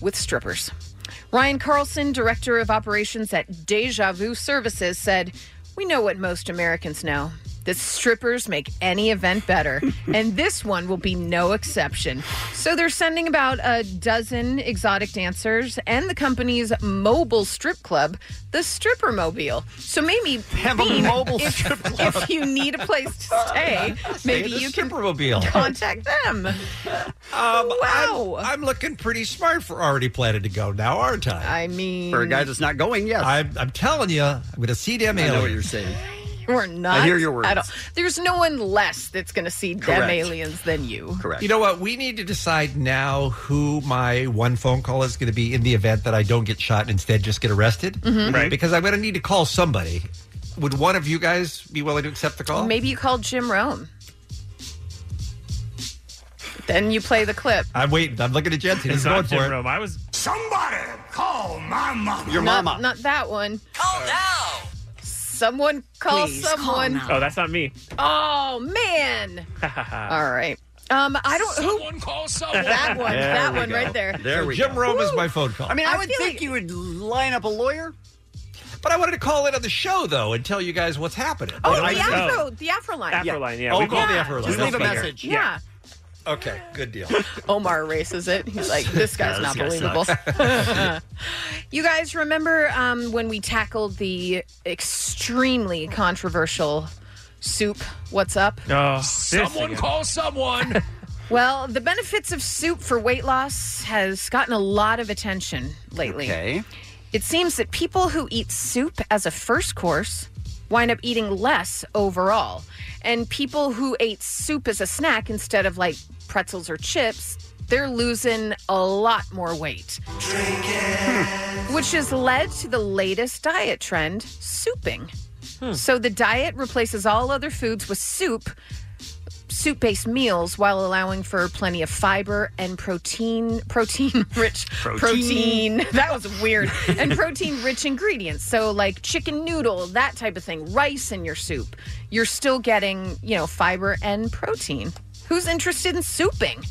with strippers. Ryan Carlson, director of operations at Deja Vu Services, said, We know what most Americans know. That strippers make any event better, and this one will be no exception. So they're sending about a dozen exotic dancers and the company's mobile strip club, the Stripper Mobile. So maybe Have a Bean, mobile if, strip club. if you need a place to stay, maybe you can Supermobile. contact them. Um, wow. I'm, I'm looking pretty smart for already planning to go now, aren't I? I mean, For a guy that's not going, yes. I'm, I'm telling you, I'm going to see them I know aliens. what you're saying. We're not. hear your at all. words. There's no one less that's going to see them Correct. aliens than you. You know what? We need to decide now who my one phone call is going to be in the event that I don't get shot and instead just get arrested. Mhm. Right. Because I'm going to need to call somebody. Would one of you guys be willing to accept the call? Maybe you call Jim Rome. Then you play the clip. I'm waiting. I'm looking at Jensen. It's He's not going Jim for it. Rome. I was Somebody call my mama. Not- Not that one. Call now. Someone call Please call someone. now. Oh, that's not me. Oh man. Ah. All right. Um, I don't. Someone who, call someone. That one. There that we one go. right there. So Jim Rome is my phone call. I mean, I, would feel think you would line up a lawyer. but I wanted to call in on the show though and tell you guys what's happening. Oh, the afro, the afro line. Oh, call the Afro line. Just leave a That's better. message. Yeah. Okay, good deal. Omar erases it. He's like, this guy's Yeah, not this guy believable. you guys remember um, when we tackled the extremely controversial soup? What's up? Oh, Someone call someone. Well, the benefits of soup for weight loss has gotten a lot of attention lately. Okay. It seems that people who eat soup as a first course wind up eating less overall. And people who ate soup as a snack instead of like pretzels or chips, they're losing a lot more weight. Which has led to the latest diet trend, souping. So the diet replaces all other foods with soup soup based meals while allowing for plenty of fiber and protein protein rich Protein. protein, that was weird and protein rich ingredients so like chicken noodle that type of thing rice in your soup you're still getting you know fiber and protein who's interested in souping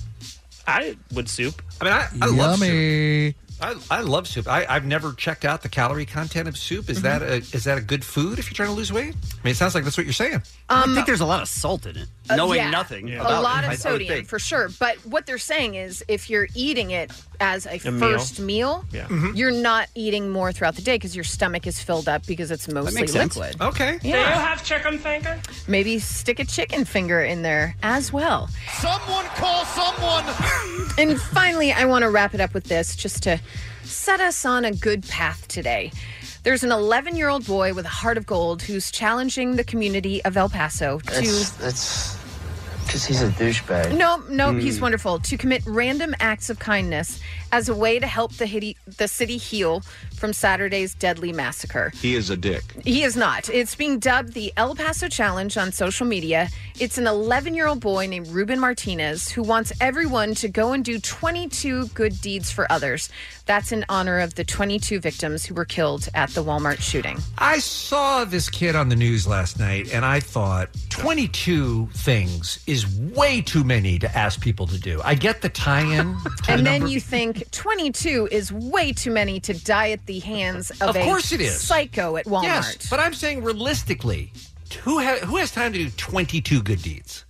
I would soup. I mean, I, I love soup. I, I love soup. I, I've never checked out the calorie content of soup. Is that Mm-hmm. a, is that a good food if you're trying to lose weight? I mean, it sounds like that's what you're saying. Um, I think there's a lot of salt in it. Uh, Knowing yeah. nothing. A about lot it, I- I of would sodium think. for sure. But what they're saying is if you're eating it as a, meal. first meal, Yeah. Mhm. you're not eating more throughout the day because your stomach is filled up because it's mostly makes sense. liquid. Okay. Yeah. chicken finger? Maybe stick a chicken finger in there as well. Someone call someone. And finally, I want to wrap it up with this just to set us on a good path today. There's an 11 year old boy with a heart of gold who's challenging the community of El Paso to. That's that's because he's a douchebag. Hmm. No, no, he's Hmm. wonderful. To commit random acts of kindness as a way to help the, hiti- the city heal from Saturday's deadly massacre. He is a dick. He is not. It's being dubbed the El Paso Challenge on social media. It's an 11 year old boy named Ruben Martinez who wants everyone to go and do 22 good deeds for others. That's in honor of the 22 victims who were killed at the Walmart shooting. I saw this kid on the news last night and I thought 22 things is way too many to ask people to do. I get the tie in. And then you think 22 is way too many to die at the hands of, Of a course it is. psycho at Walmart. Yes, but I'm saying realistically, who, ha- who has time to do 22 good deeds?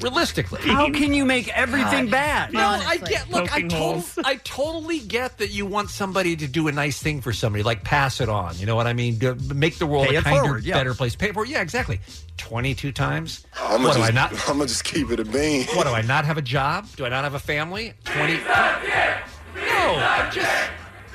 Realistically, How can you make everything God. bad? No, I get. Look, I, Poking tot- holes. I totally get that you want somebody to do a nice thing for somebody, like pass it on. You know what I mean? To make the world Pay a it kinder, forward, yeah. better place. Pay it forward. Yeah, exactly. Twenty-two times. I'm what gonna do I just, not? I'm gonna just keep it a bean. What do I not have a job? Do I not have a family? Twenty. No, I'm just.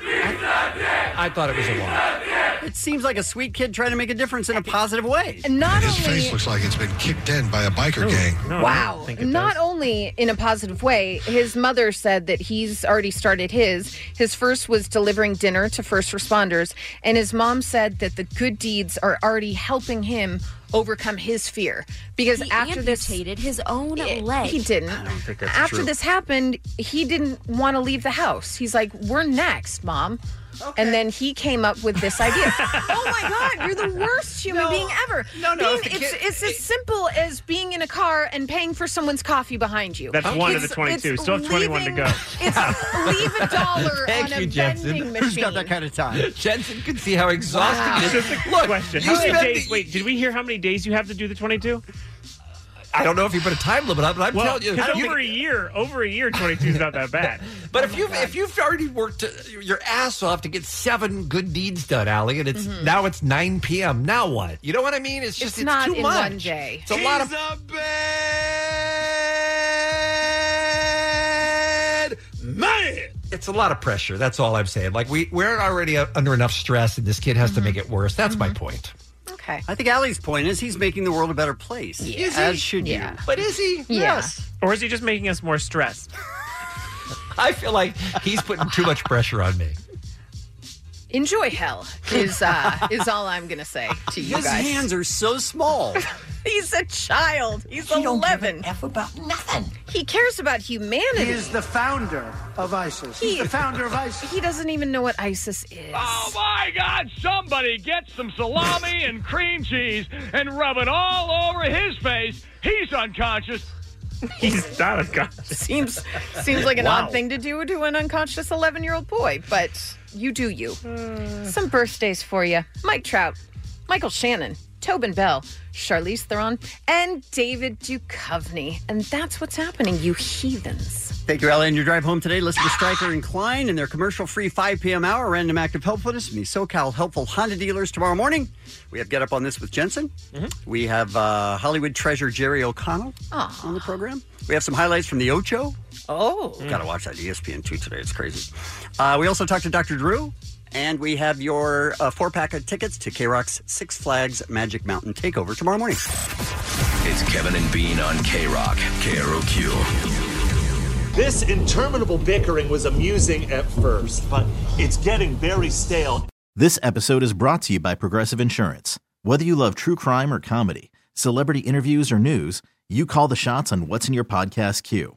I, I thought it was a lot. It seems like a sweet kid trying to make a difference in a positive way. And not His only face looks like it's been kicked in by a biker gang. wow. Not only in a positive way, his mother said that he's already started his. His first was delivering dinner to first responders, and his mom said that the good deeds are already helping him overcome his fear because He after this amputated his own Eh, leg. He didn't. think that's After true. this happened, he didn't want to leave the house. He's like, "We're next, mom." And then he came up with this idea. oh my God, you're the worst human being ever. No, no, if the Being, it's, kid- it's as simple as being in a car and paying for someone's coffee behind you. That's one of the It's- 22. it's Still have 21 to leaving- go. It's leave a dollar Thank on a you, Jensen. vending machine. Who's got that kind of time? Jensen can see how exhausted Wow. it Just is. a Look, question. you How many spend days? Wait, did we hear how many days you have to do the 22? I don't know if you put a time limit on, but I'm Well, telling you, 'cause you- over a year, over a year, 22 is not that bad. But if you've if you've already worked uh, your ass off to get seven good deeds done, Allie, and it's Mm-hmm. now it's nine p.m. Now what? You know what I mean? It's just it's, not too in much. one day. It's a lot of man. It's a lot of pressure. That's all I'm saying. Like we we're already uh, under enough stress, and this kid has to Mm-hmm. make it worse. That's my point. Okay. I think Allie's point is he's making the world a better place. Yeah. Is he? As should Yeah. you. But is he? Yes. Or is he just making us more stressed? I feel like he's putting too much pressure on me. Enjoy hell is uh, is all I'm gonna say to you His guys. hands are so small. He's a child. He's eleven. F about nothing. He cares about humanity. He is the founder of ISIS. He's the founder of ISIS. He doesn't even know what ISIS is. Oh my God! Somebody get some salami and cream cheese and rub it all over his face. He's unconscious. He's not unconscious. Seems Seems like an odd thing to do to an unconscious 11 year old boy, but you do you. Some birthdays for you Mike Trout, Michael Shannon, Tobin Bell, Charlize Theron, and David Duchovny. And that's what's happening, you heathens. Thank you, Ellie. On your drive home today, listen to Stryker and Klein in their commercial free 5 p.m. hour random act of helpfulness from the SoCal Helpful Honda Dealers tomorrow morning. We have Get Up on This with Jensen. We have uh, Hollywood treasure Jerry O'Connell. on the program? We have some highlights from the Ocho. Oh. Got to watch that E ESPN 2 today. It's crazy. Uh, we also talked to Dr. Drew, and we have your uh, four pack of tickets to K Rock's Six Flags Magic Mountain Takeover tomorrow morning. It's Kevin and Bean on K Rock, KROQ. This interminable bickering was amusing at first, but it's getting very stale. This episode is brought to you by Progressive Insurance. Whether you love true crime or comedy, celebrity interviews or news, you call the shots on what's in your podcast queue.